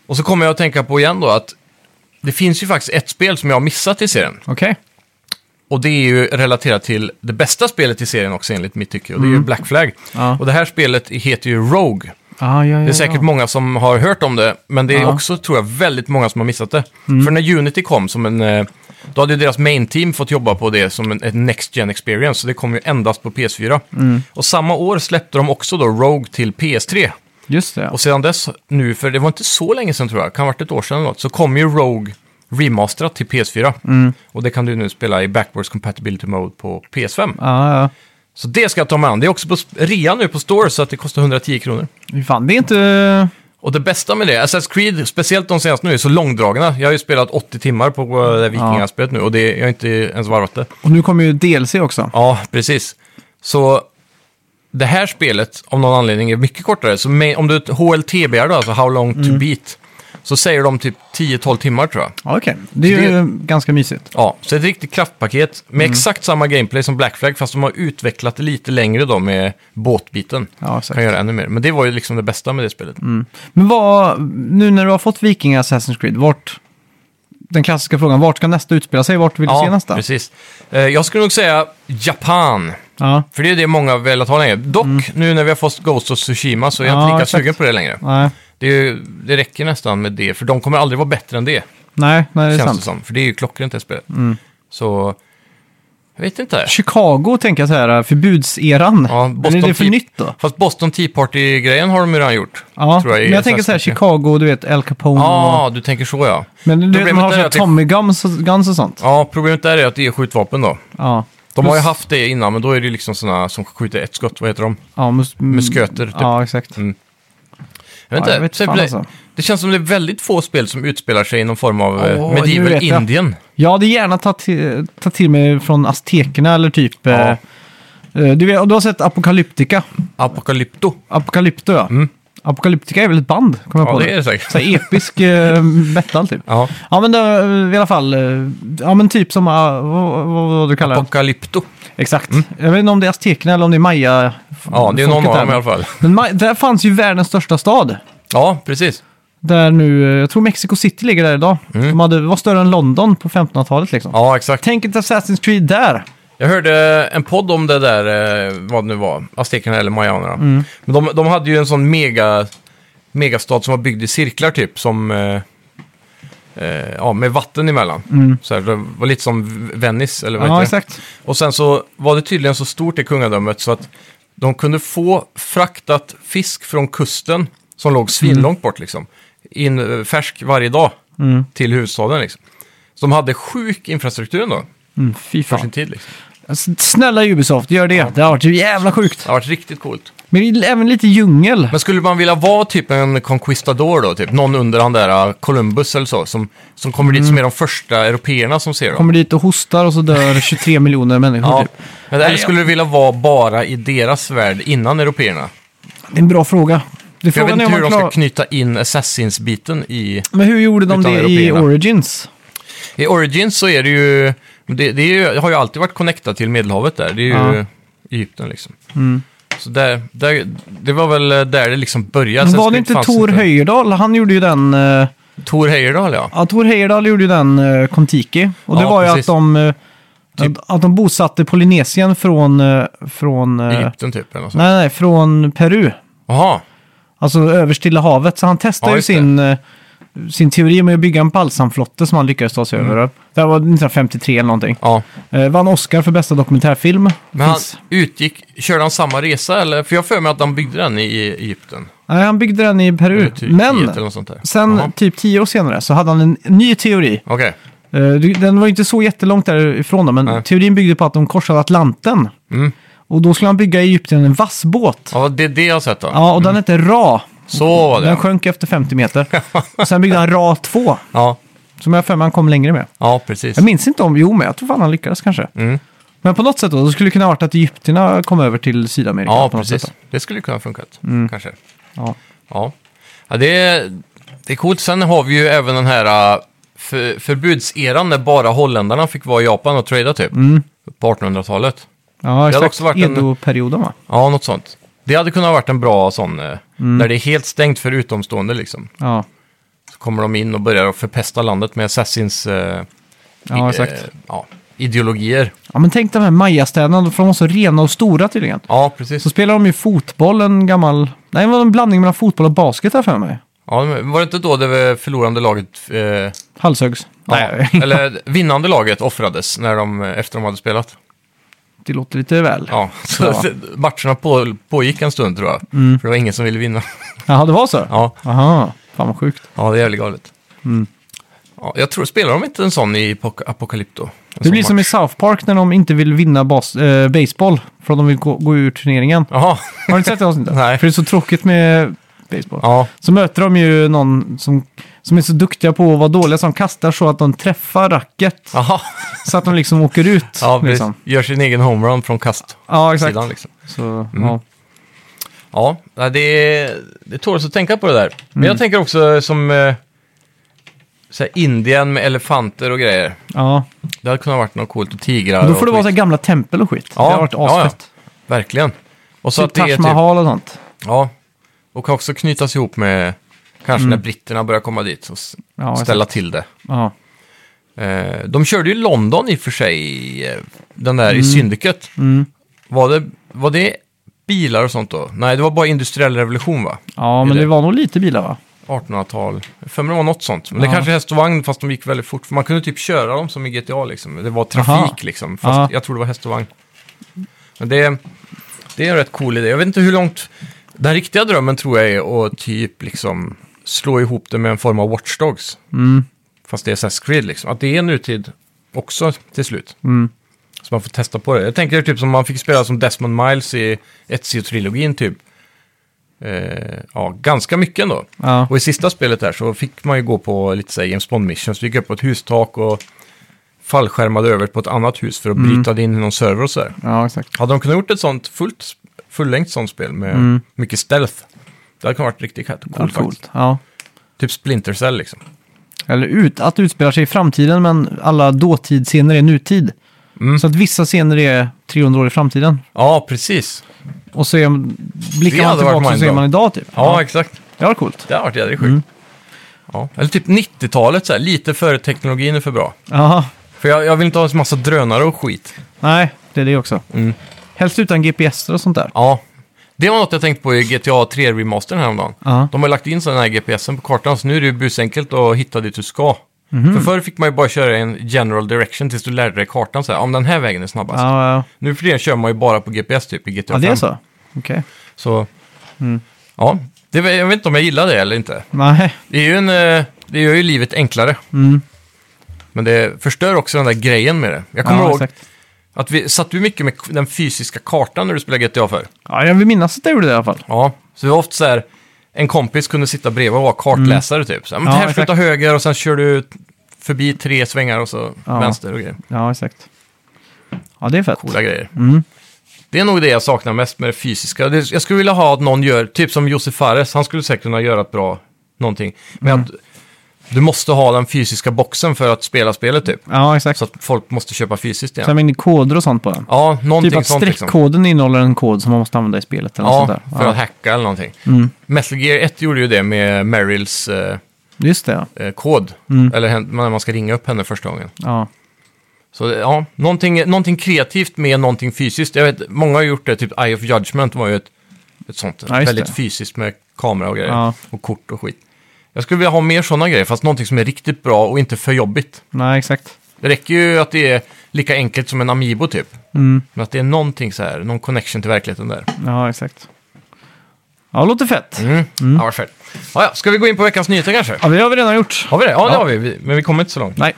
Och så kommer jag att tänka på igen då att det finns ju faktiskt ett spel som jag har missat i serien. Okej. Och det är ju relaterat till det bästa spelet i serien också enligt mitt tycke, och det är ju Black Flag. Mm. Ja. Och det här spelet heter ju Rogue. Ah, ja, ja, Det är säkert ja. många som har hört om det, men det är Ja. också, tror jag, väldigt många som har missat det. För när Unity kom, som en, eh, då hade ju deras main team fått jobba på det som en, ett next gen experience, så det kom ju endast på PS4. Mm. Och samma år släppte de också då Rogue till PS3. Just det. Och sedan dess, nu, för det var inte så länge sedan tror jag, kan ha varit ett år sedan eller något, så kom ju Rogue remasterat till PS4. Mm. Och det kan du nu spela i backwards compatibility mode på PS5. Ja, ja. Så det ska jag ta mig an. Det är också på s- rea nu på Store, så att det kostar 110 kronor. Fy Fan, det är inte... Och det bästa med det, Assassin's Creed, speciellt de senaste nu, är så långdragna. Jag har ju spelat 80 timmar på eh, det här vikingaspelet nu och det, jag har inte ens varvat det. Och nu kommer ju DLC också. Ja, precis. Så det här spelet, av någon anledning, är mycket kortare. Så med, om du HLTB då, alltså How Long To Beat, så säger de typ 10-12 timmar tror jag. Ja, Okej, det är ju Det- ganska mysigt. Ja, Mm. så ett riktigt kraftpaket med exakt samma gameplay som Black Flag, fast de har utvecklat det lite längre då med båtbiten. Ja, exakt. kan göra ännu mer. Men det var ju liksom det bästa med det spelet. Men vad, nu när du har fått Viking Assassin's Creed, vart... Den klassiska frågan, vart ska nästa utspela sig? Vart vill du se nästa? precis. Eh, Jag skulle nog säga Japan. Ja, Mm. För det är det många har velat ha länge. Dock, nu när vi har fått Ghost of Tsushima så är jag Ja, inte lika exakt. sugen på det längre. nej, Det, är ju, det räcker nästan med det, för de kommer aldrig vara bättre än det. nej, nej det är känns sant. Mm. det som. För det är ju klockrent det spelet. Så, jag vet inte. Chicago tänker jag så här, äh, förbudseran. Ja, Men är det för Tea- nytt då? Fast Boston Tea Party-grejen har de ju redan gjort. Ja, tror jag, i men jag tänker Assassin's så här, Creed. Chicago, du vet, Al Capone och... Ja, du tänker så ja. Men du vet, Problemet man har är så här att det- Tommy guns, och- guns och sånt. Ja, problemet där är att det är skjutvapen då. Ja. De har ju Plus- haft det innan, men då är det ju liksom sådana som skjuter ett skott, vad heter de? Ja, mus- musköter, typ. Ja, exakt. Mm. Jag vet Ja, jag inte. vet fan Typ det- alltså. Det känns som det är väldigt få spel som utspelar sig i någon form av eh, Åh, nu medieval vet jag. Indien. Jag hade gärna tagit till, tagit till mig från aztekerna eller typ... Ja. eh, eh, Du, vet, du har sett Apocalyptica? Apocalypto. Apocalypto ja. Mm. Apocalyptica är väl ett band? Kommer jag Ja, på det är det säkert. Så här episk eh, metal typ. Ja. Ja men det, i alla fall, eh, ja men typ som, ah, vad, vad, vad du kallar det? Apocalypto. Exakt. Jag vet inte om det är aztekerna eller om det är maya. Mm. Ja, det är någon folket av där. dem i alla fall. Men Ma- där fanns ju världens största stad. Ja, precis. Där nu, eh, jag tror Mexico City ligger där idag. De hade, var större än London på 1500-talet liksom. Mm. Ja, exakt. Tänk ett Assassin's Creed där. Jag hörde en podd om det där, eh, vad det nu var, aztekerna eller mayanerna. Mm. Men de, de hade ju en sån mega, megastad som var byggd i cirklar typ, som... Eh, eh, ja, med vatten emellan. Så här, det var lite som Venice, eller vad heter Mm. Ja, det? exakt. Och sen så var det tydligen så stort det kungadömet så att de kunde få fraktat fisk från kusten som låg svinlångt bort liksom. In eh, färsk varje dag till huvudstaden liksom. Så de hade sjuk infrastruktur ändå Mm, fy för sin fan. tid liksom. S- Alltså, Snälla Ubisoft, gör det. Det har varit så jävla sjukt. Det har varit riktigt coolt. Men även lite djungel. Men skulle man vilja vara typ en conquistador då, typ någon under han där eh, Columbus eller så, som, som kommer dit som är de första européerna som ser dem? Kommer dit och hostar och så dör 23 miljoner människor. Ja. Typ. Men Eller skulle du vilja vara bara i deras värld innan européerna? Det är en bra fråga. Det För jag vet frågan är inte om hur man de klarar... ska knyta in Assassins-biten i... Men hur gjorde de utan det i européerna. Origins? I Origins så är det ju... Det, det är ju, det har ju alltid varit connectat till Medelhavet där. Det är ju Ja. Mm. Egypten liksom. Så där, där, det var väl där det liksom började. Men Sen var det skulle- inte fanns Tor Heyerdahl? Han gjorde ju den... eh, Thor Heyerdahl ja. Ja, Tor Heyerdahl gjorde ju den eh, Kontiki. Och det Ja, var ju precis. att de, eh, Typ- att, att de bosatte Polynesien från... eh, från eh, nej, Egypten typ eller något sånt. nej, nej, från Peru. Jaha, Alltså över Stilla havet. Så han Ja, testade ju just det. sin, eh, sin teori med att bygga en balsamflotte som han lyckades ta Mm. sig över. Det här var 1953 eller någonting. ja. Eh, vann Oscar för bästa dokumentärfilm. Men han Finns- utgick, körde han samma resa eller? För jag har för mig att han byggde den i i Egypten. Nej, han byggde den i Peru. Eller Turkiet Mm. Men eller något sånt där. sen typ Jaha. typ tio år senare så hade han en ny teori. Okej, Eh, du- Den var ju inte så jättelångt därifrån då, men Nej. teorin byggde på att de korsade Atlanten. Mm. Och då skulle han bygga i Egypten en vassbåt. Ja, ja, det är det jag har sett då. och den hette Ra. Så var det. Den sjönk efter 50 meter. och sen byggde han Ra 2, Ja, som jag har för mig han kom längre med. ja precis. Jag minns inte om, jo men jag tror fan han lyckades kanske. Mm. Men på något sätt då, då skulle det kunna ha varit att egyptierna kom över till Sydamerika. Ja, på något precis. Sätt Det skulle kunna ha funkat, kanske. då. Mm. ja. Ja, ja det, är, det är coolt. Sen har vi ju även den här äh, för, förbudseran när bara holländarna fick vara i Japan och trada typ. Mm. På 1800-talet. ja, exakt. också varit en- Edo-perioden va? Ja, något sånt. Det hade kunnat ha varit en bra sån, äh, Mm. där det är helt stängt för utomstående liksom. Ja, Så kommer de in och börjar förpesta landet med Assassins äh, i- ja exakt. äh, ja, ideologier. Ja, men tänk de här mayastäderna, för de var så rena och stora tydligen. Ja, precis. Så spelar de ju fotboll, en gammal... Nej, det var en blandning mellan fotboll och basket här för mig. Ja, men var det inte då det förlorande laget, äh, ja, Halshögs. Nej, eller vinnande laget offrades när de, äh, efter de hade spelat? det låter lite väl. Ja. Mm. Ja, så matcherna på, pågick en stund tror jag. För det var ingen som ville vinna. Jaha, det var så? Ja, Aha, fan vad sjukt. ja det är jävligt galet. Mm. Ja, jag tror, spelar de inte en sån i Apoc- Apocalypto? En Det sån blir som match. i South Park när de inte vill vinna bas, eh, baseball för att de vill gå, gå ur turneringen. Jaha, Har du inte sett det avsnittet? Nej. För det är så tråkigt med baseball. ja, Så möter de ju någon som, som är så duktiga på att vara dåliga som kastar så att de träffar racket. jaha. Så att de liksom åker ut. Ja, precis. liksom. Gör sin egen homerun från kastsidan ja exakt. liksom. Så, ja. Ja, nej, det, är- det tåls att tänka på det där. Men Mm. jag tänker också som eh, så här Indien med elefanter och grejer. ja. Det hade kunnat varit något coolt och tigrar. Och då och får det vara så skit. här gamla tempel och skit. Ja, det har varit ja, ja. asfett. Verkligen. Och så Typ att det är Taj typ... Mahal och sånt. Ja, och kan också knytas ihop med kanske när britterna börjar komma dit och s- Mm. Ja, ställa till det. Ja. Eh, de körde ju London i och för sig, eh, den Mm. där i Syndicate. Var, det, var det bilar och sånt då? Nej, det var bara industriell revolution va? ja, Är men det- det var nog lite bilar va? 1800-tal. Jag För mig det var något sånt. Men det Ja. kanske är häst och vagn fast de gick väldigt fort. För man kunde typ köra dem som i GTA liksom. Det var trafik Aha. liksom. Fast Ja. jag tror det var häst och vagn. Men det, det är en rätt cool idé. Jag vet inte hur långt... Den riktiga drömmen tror jag är att typ liksom slå ihop det med en form av Watch Dogs. Fast det är Assassin's Creed liksom. Att det är nutid också till slut. Så man får testa på det. Jag tänker typ som man fick spela som Desmond Miles i Ezio-trilogin typ. eh, ja, ganska mycket ändå. Ja. Och i sista spelet där så fick man ju gå på lite så här James Bond missions. Vi gick upp på ett hustak och fallskärmade över på ett annat hus för att bryta det in i någon server och sådär. ja, exakt. Hade de kunnat gjort ett sånt fullt, fullängd sånt spel med mycket stealth, det hade kunnat varit riktigt Mm. coolt, Ja, faktiskt. coolt. Ja. Typ Splinter Cell liksom. Eller ut, att utspela sig i framtiden, men alla dåtidsscener är nutid. Mm. Så att vissa scener är 300 år i framtiden. Ja, precis. Och så är, blickar Det man hade varit tillbaka så ser mindblown. man idag typ. Ja, exakt. det var coolt. Det hade varit jädrigt sjukt. Ja. Mm. Eller typ 90-talet, så här, lite före teknologin är för bra. Ja, För jag, jag vill inte ha en massa drönare och skit. nej, det är det också. Mm. Helst utan GPS och sånt där. Ja, det var något jag tänkte på i GTA 3 remastern häromdagen. Ja. De har lagt in sån här GPSen på kartan, så nu är det ju busenkelt att hitta dit du ska. För förr fick man ju bara köra en general direction tills du lärde dig kartan så här, om den här vägen är snabbast. Ja, ja. Nu för tiden kör man ju bara på GPS typ i GTA ja, det är 5. så. Okej. Så, ja, det, var- jag vet inte om jag gillar det eller inte. Nej, Det, är ju en, eh, det gör ju livet enklare. Mm. Men det förstör också den där grejen med det. Jag kommer ja, ihåg exakt. att vi satt du mycket med k- den fysiska kartan när du spelade GTA förr. Ja, jag vill minnas att jag gjorde det i alla fall. Ja, så det var ofta så här, en kompis kunde sitta bredvid och vara kartläsare typ. Så, här, men Mm. Ja, här ska du exakt. ta höger och sen kör du t- förbi tre svängar och så Ja. vänster och grejer. Ja, exakt. Ja, det är fett. Coola grejer. Mm. Det är nog det jag saknar mest med det fysiska. Det- Jag skulle vilja ha att någon gör, typ som Josef Fares, han skulle säkert kunna göra ett bra någonting. Men Mm. att du måste ha den fysiska boxen för att spela spelet typ. Ja, exakt. Så att folk måste köpa fysiskt Sen igen. mängd koder och sånt på den. Ja, någonting Typ att sånt liksom. streckkoden innehåller en kod som man måste använda i spelet eller något Ja, sånt där. Mm. för att hacka eller någonting. Metal Gear 1 gjorde ju det med Merrills... Eh, Just det, ja. eh, kod. Mm. Eller hen- när man ska ringa upp henne första gången. ja. Så eh, ja, någonting, någonting kreativt med någonting fysiskt. Jag vet, många har gjort det, typ Eye of Judgment var ju ett, ett sånt. Ja, just väldigt det. fysiskt med kamera och grejer. Ja. Och kort och skit. Jag skulle vilja ha mer sådana grejer, fast någonting som är riktigt bra och inte för jobbigt. Nej, exakt. Det räcker ju att det är lika enkelt som en Amiibo typ. Mm. Men att det är någonting så här, någon connection till verkligheten där. Ja, exakt. Ja, det låter fett. Mm. Ja, varför? Ja, ja, ska vi gå in på veckans nyheter kanske? Ja, det har vi redan gjort. Har vi det? Ja, det har vi. vi. Men vi kommer inte så långt. Nej.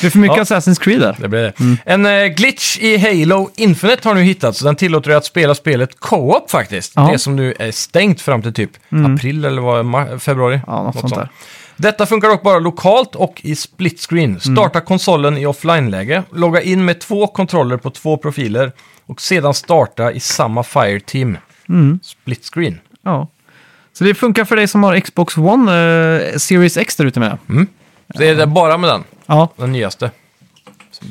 Det är för mycket Assassin's Creed där. Det blir det. Mm. En eh, glitch i Halo Infinite har nu hittats. Den tillåter dig att spela spelet co-op faktiskt. Ja. Mm. Det som nu är stängt fram till typ april eller vad, ma- februari. Ja, något sånt där. Detta funkar dock bara lokalt och i split screen. Mm. Starta konsolen i offline-läge, logga in med två kontroller på två profiler och sedan starta i samma Fireteam. Mm. Split screen. Ja. Så det funkar för dig som har Xbox One eh, Series X där ute med jag. Så Det är det bara med den, Ja, den nyaste.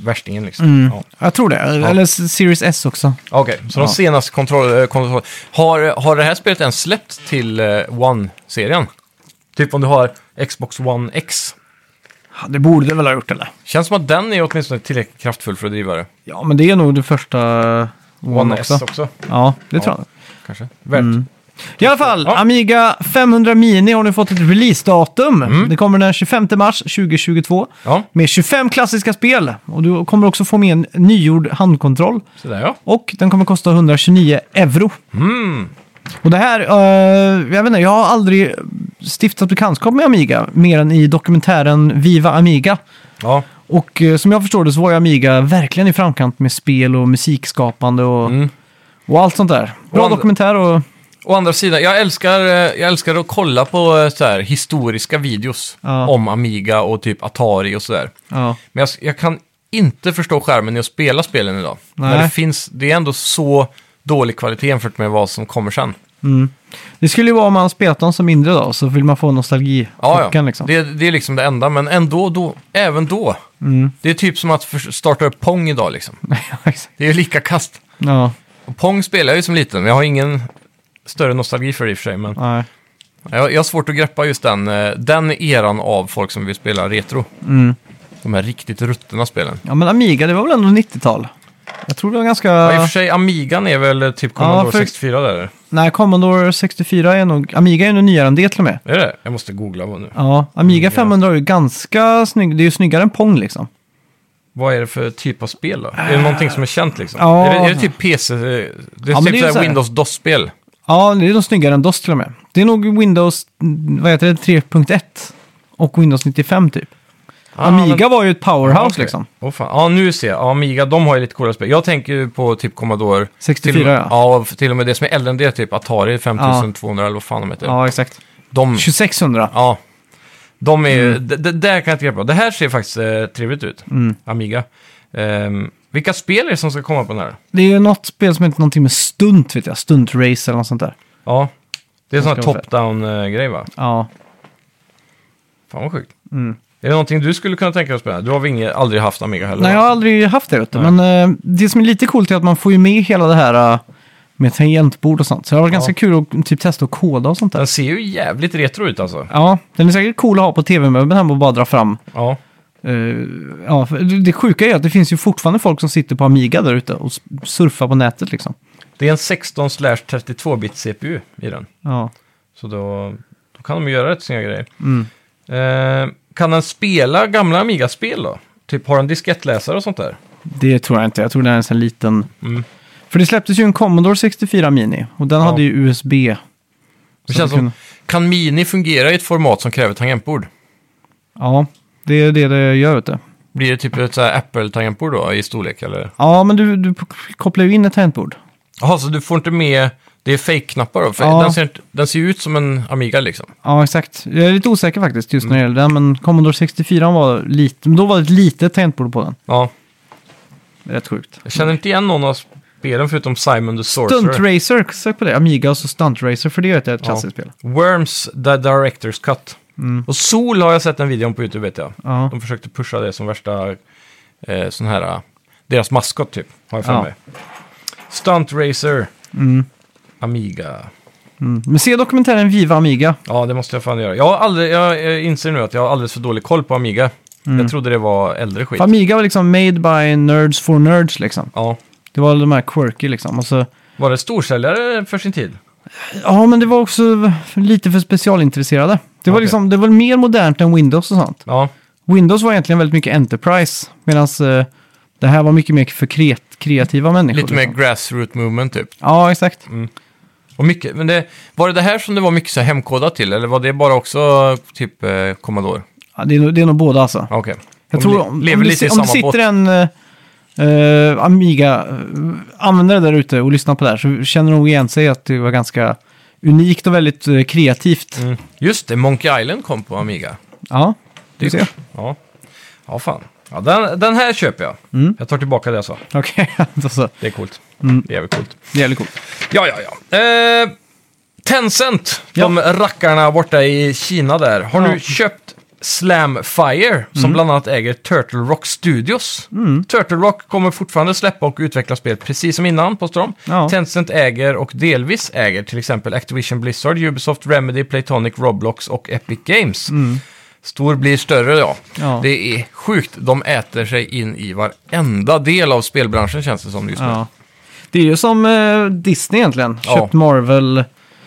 Värstingen liksom. Ja. jag tror det. Eller S- Series S också. Okej, så de Ja. senaste kontrollerna... Kontroll, har, har det här spelet ens släppt till eh, One-serien? Typ om du har Xbox One X. Ja, det borde det väl ha gjort eller? Känns som att den är åtminstone tillräckligt kraftfull för att driva det. Ja, men det är nog det första One, Mm. One också. S också, Ja, det tror jag. kanske. Värt. I alla fall, Ja. Amiga 500 Mini har nu fått ett releasedatum. Det kommer den 25 mars 2022. Ja, Med 25 klassiska spel. Och du kommer också få med en nygjord handkontroll. sådär ja. Mm, Och den kommer kosta 129 euro. Och det här, eh, jag vet inte, jag har aldrig stiftat bekantskap med Amiga. Mer än i dokumentären Viva Amiga. Ja, Och eh, som jag förstår det så var ju Amiga verkligen i framkant med spel och musikskapande och, Mm. och allt sånt där. Bra andra- dokumentär och... Å andra sidan, jag älskar, eh, jag älskar att kolla på eh, så här, historiska videos Ja. om Amiga och typ Atari och sådär. Ja. Men jag, jag kan inte förstå skärmen i att spela spelen idag. När Nej. det, finns, det är ändå så dålig kvalitet jämfört med vad som kommer sen. Det skulle ju vara om man spelat dem som mindre då, så vill man få nostalgi Ja, ja. liksom. Det, det är liksom det enda, men ändå, då, även då. Mm. Det är typ som att för- starta upp Pong idag liksom. Ja, exakt. Det är ju lika kast. ja, Och Pong spelar jag ju som liten, men jag har ingen större nostalgi för det i och för sig. Men nej. jag, jag har svårt att greppa just den, eh, den eran av folk som vill spela retro. Mm. De här riktigt ruttna spelen. ja, men Amiga, det var väl ändå 90-tal? Jag tror det var ganska... Ja, i och för sig, Amigan är väl eh, typ Commodore för- 64 där? Nej, Commodore 64 är nog... Amiga är nog nyare än det till och med. Är det? Jag måste googla vad nu. Ja, Mm, Amiga 500 är ju ganska snygg. Det är ju snyggare än Pong liksom. Vad är det för typ av spel då? Är det någonting som är känt liksom? Ja. Är, det, är det typ PC? eh, Det är men det är typ ju så så här här- Windows DOS-spel. Ja, det är nog snyggare än DOS till och med. Det är nog Windows, mm, vad heter det, 3.1 och Windows 95 typ. Amiga var ju ett powerhouse Ah, okej. liksom. Åh fan. Ja, nu ser jag. Ja, Amiga, de har ju lite coola spel. Jag tänker ju på typ Commodore. 64, till, ja. Ja, och till och med det som är äldre än det, typ Atari 5200 eller vad fan de heter. Ja, exakt. De, 2600. ja. De är ju, Mm. d- d- där kan jag inte hjälpa. Det här ser faktiskt eh, trevligt ut, Amiga. Ehm, vilka spel är det som ska komma på den här? Det är ju något spel som heter någonting med stunt, vet jag. Stuntrace eller något sånt där. Ja, det är en sån här ska vara top-down-grej va? Ja. Fan vad sjukt. Mm. Är det någonting du skulle kunna tänka dig att spela? Du har väl ingen, aldrig haft Amiga heller? Nej, va? jag har aldrig haft det, vet du. Men eh, det som är lite coolt är att man får ju med hela det här eh, med tangentbord och sånt. Så det har varit ganska kul att typ testa att koda och sånt där. Den ser ju jävligt retro ut alltså. Ja, den är säkert cool att ha på tv-möbeln hemma och bara dra fram. Ja. Eh, ja, för det- det sjuka är att det finns ju fortfarande folk som sitter på Amiga där ute och s- surfar på nätet liksom. Det är en 16 32-bit CPU i den. Ja. Så då, då kan de ju göra rätt snygga grejer. Mm. Eh, kan den spela gamla Amiga-spel då? Typ har den diskettläsare och sånt där? Det tror jag inte. Jag tror det är en sån liten... Mm. För det släpptes ju en Commodore 64 Mini och den hade ju USB. Så Det känns det kunde- som, kan Mini fungera i ett format som kräver tangentbord? Ja, det är det det gör vet du. Blir det typ ett så här Apple-tangentbord då i storlek eller? Ja, men du, du kopplar ju in ett tangentbord. Jaha, så du får inte med, det är fake-knappar då? För Ja. den, ser, inte- den ser ju ut som en Amiga liksom. Ja, exakt. Jag är lite osäker faktiskt just Mm. när det gäller den, men Commodore 64 var lite, men då var det ett litet tangentbord på den. Ja, Rätt sjukt. jag känner inte igen någon av spelen förutom Simon the Sorcerer. Stunt Racer, sök på det. Amiga och så Stunt Racer, för det är ett klassiskt spel. Worms, The Director's Cut. Mm. Och Sol har jag sett en video om på YouTube vet jag. Ja. De försökte pusha det som värsta eh, sån här, eh, deras maskot typ, har jag för Ja. mig. Stunt Racer, Amiga. Mm. Men se dokumentären Viva Amiga. Ja, det måste jag fan göra. Jag, har aldrig, jag eh, inser nu att jag har alldeles för dålig koll på Amiga. Mm. Jag trodde det var äldre skit. För Amiga var liksom made by nerds for nerds liksom. ja. Det var de här quirky liksom. Och så, Var det storsäljare för sin tid? ja, men det var också lite för specialintresserade. Det var, Okej. liksom, det var mer modernt än Windows och sånt. Ja, Windows var egentligen väldigt mycket Enterprise, medan eh, det här var mycket mer för kret- kreativa människor. lite mer liksom. grassroot movement typ. Ja, exakt. Och mycket, men det, var det det här som det var mycket så här hemkodat till? Eller var det bara också eh, typ eh, Commodore? Ja, det, är, nog- det är nog båda alltså. Okej. Jag De tror le- om, om, lever det, lite si- i om det samma båt. sitter en eh, eh, Amiga-användare där ute och lyssnar på det här så känner de nog igen sig att det var ganska unikt och väldigt eh, kreativt. Mm. Just det, Monkey Island kom på Amiga. Ja, det ser jag. Ja, ja fan. Ja, den, den här köper jag. Jag tar tillbaka det jag sa. Okej, alltså. då så. Det är coolt. Det är jävligt coolt. Det är jävligt coolt. Ja, ja, ja. Eh, Tencent, de rackarna borta i Kina där, har Ja. Mm. nu köpt Slamfire, som bland annat äger Turtle Rock Studios. Turtle Rock kommer fortfarande släppa och utveckla spel precis som innan, påstår de. Ja. Tencent äger och delvis äger till exempel Activision Blizzard, Ubisoft, Remedy, Playtonic, Roblox och Epic Games. Stor blir större, ja. Mm. Ja. Det är sjukt. De äter sig in i varenda del av spelbranschen, känns det som just nu. Ja. Det är ju som eh, Disney egentligen. Ja. Köpt Marvel,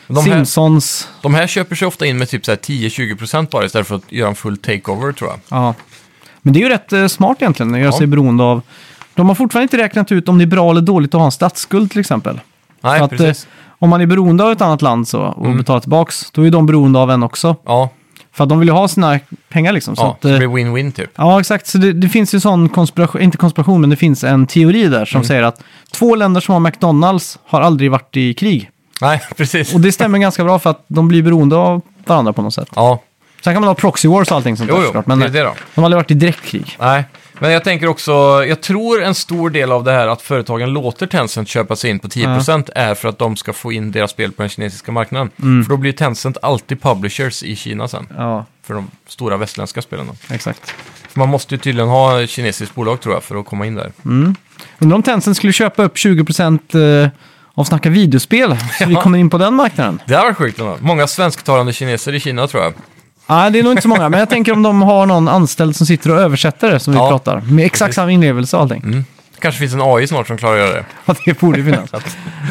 De här- Simpsons. De här köper sig ofta in med typ så här 10-20% bara istället för att göra en full takeover tror jag. Ja. Men det är ju rätt eh, smart egentligen att göra Ja. sig beroende av. De har fortfarande inte räknat ut om det är bra eller dåligt att ha en statsskuld till exempel. Nej, Så att, precis. Mm. eh, om man är beroende av ett annat land så, och betalar tillbaks, då är de beroende av en också. Ja, För att de vill ju ha sina pengar liksom. Så ja att, så eh, det blir win-win typ. ja, exakt. Så det, det finns ju sån konspiration, inte konspiration, men det finns en teori där Mm. som säger att två länder som har McDonalds har aldrig varit i krig. Nej, precis. Och det stämmer ganska bra för att de blir beroende av varandra på något sätt. Ja, Sen kan man ha proxy wars och allting sånt jo, där jo, såklart, men eh, det är det då. de har aldrig varit i direktkrig. Nej, men jag tänker också, jag tror en stor del av det här att företagen låter Tencent köpa sig in på 10% är för att de ska få in deras spel på den kinesiska marknaden. För då blir Tencent alltid publishers i Kina sen, Mm. Ja, för de stora västländska spelen. då. exakt. För man måste ju tydligen ha ett kinesiskt bolag tror jag för att komma in där. Mm. Undrar om Tencent skulle köpa upp 20% eh, av Snacka videospel, så vi kommer in på den marknaden. Det här var sjukt ändå. Många svensktalande kineser i Kina tror jag. Nej, det är nog inte så många, men jag tänker om de har någon anställd som sitter och översätter det som vi Ja. pratar. Med exakt samma inlevelse och allting. Det kanske finns en AI snart som klarar att göra det. Ja, det borde ju finnas.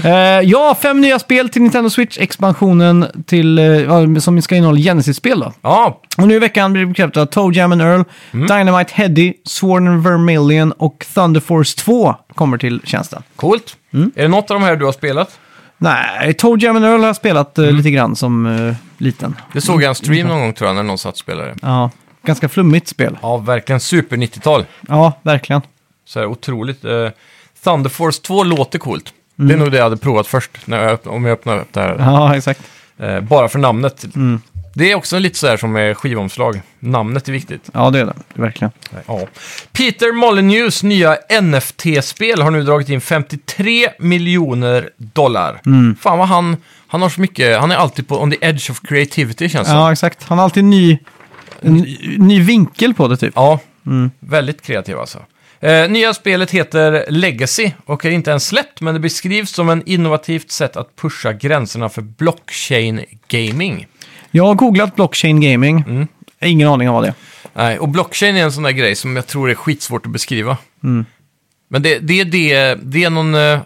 Eh, ja, fem nya spel till Nintendo Switch. Expansionen till, eh, ja, som ska innehålla Genesis-spel då. Ja, Och nu i veckan blir det bekräftat att Toe Jam and Earl, Dynamite Heady, Sworn and Vermilion och Thunder Force 2 kommer till tjänsten. Coolt. Är det något av de här du har spelat? Nej, Toe Jam and Earl har jag spelat eh, lite grann som eh, liten. Det såg jag i en stream någon gång tror jag när någon satt och spelade. Ja. ganska flummigt spel. Ja, verkligen super 90-tal. Ja, verkligen. Så här otroligt. Eh, Thunder Force 2 låter coolt. Det är nog det jag hade provat först, när jag öppna, om jag öppnar upp det här. Ja, exakt. Eh, bara för namnet. Det är också lite så här som med skivomslag. Namnet är viktigt. Ja, det är det. Verkligen. Ja. Peter Molyneux nya NFT-spel har nu dragit in 53 miljoner dollar. Fan vad han, han har så mycket, han är alltid på on the edge of creativity känns det som. Ja, exakt. Han har alltid en ny, en ny- ny vinkel på det typ. Ja, väldigt kreativ alltså. Eh, nya spelet heter Legacy och är inte ens släppt, men det beskrivs som en innovativt sätt att pusha gränserna för blockchain-gaming. Jag har googlat blockchain gaming. Mm. Ingen aning om vad det är. Nej, och blockchain är en sån där grej som jag tror är skitsvårt att beskriva. Mm. Men det, det, är det, det är någon... eh,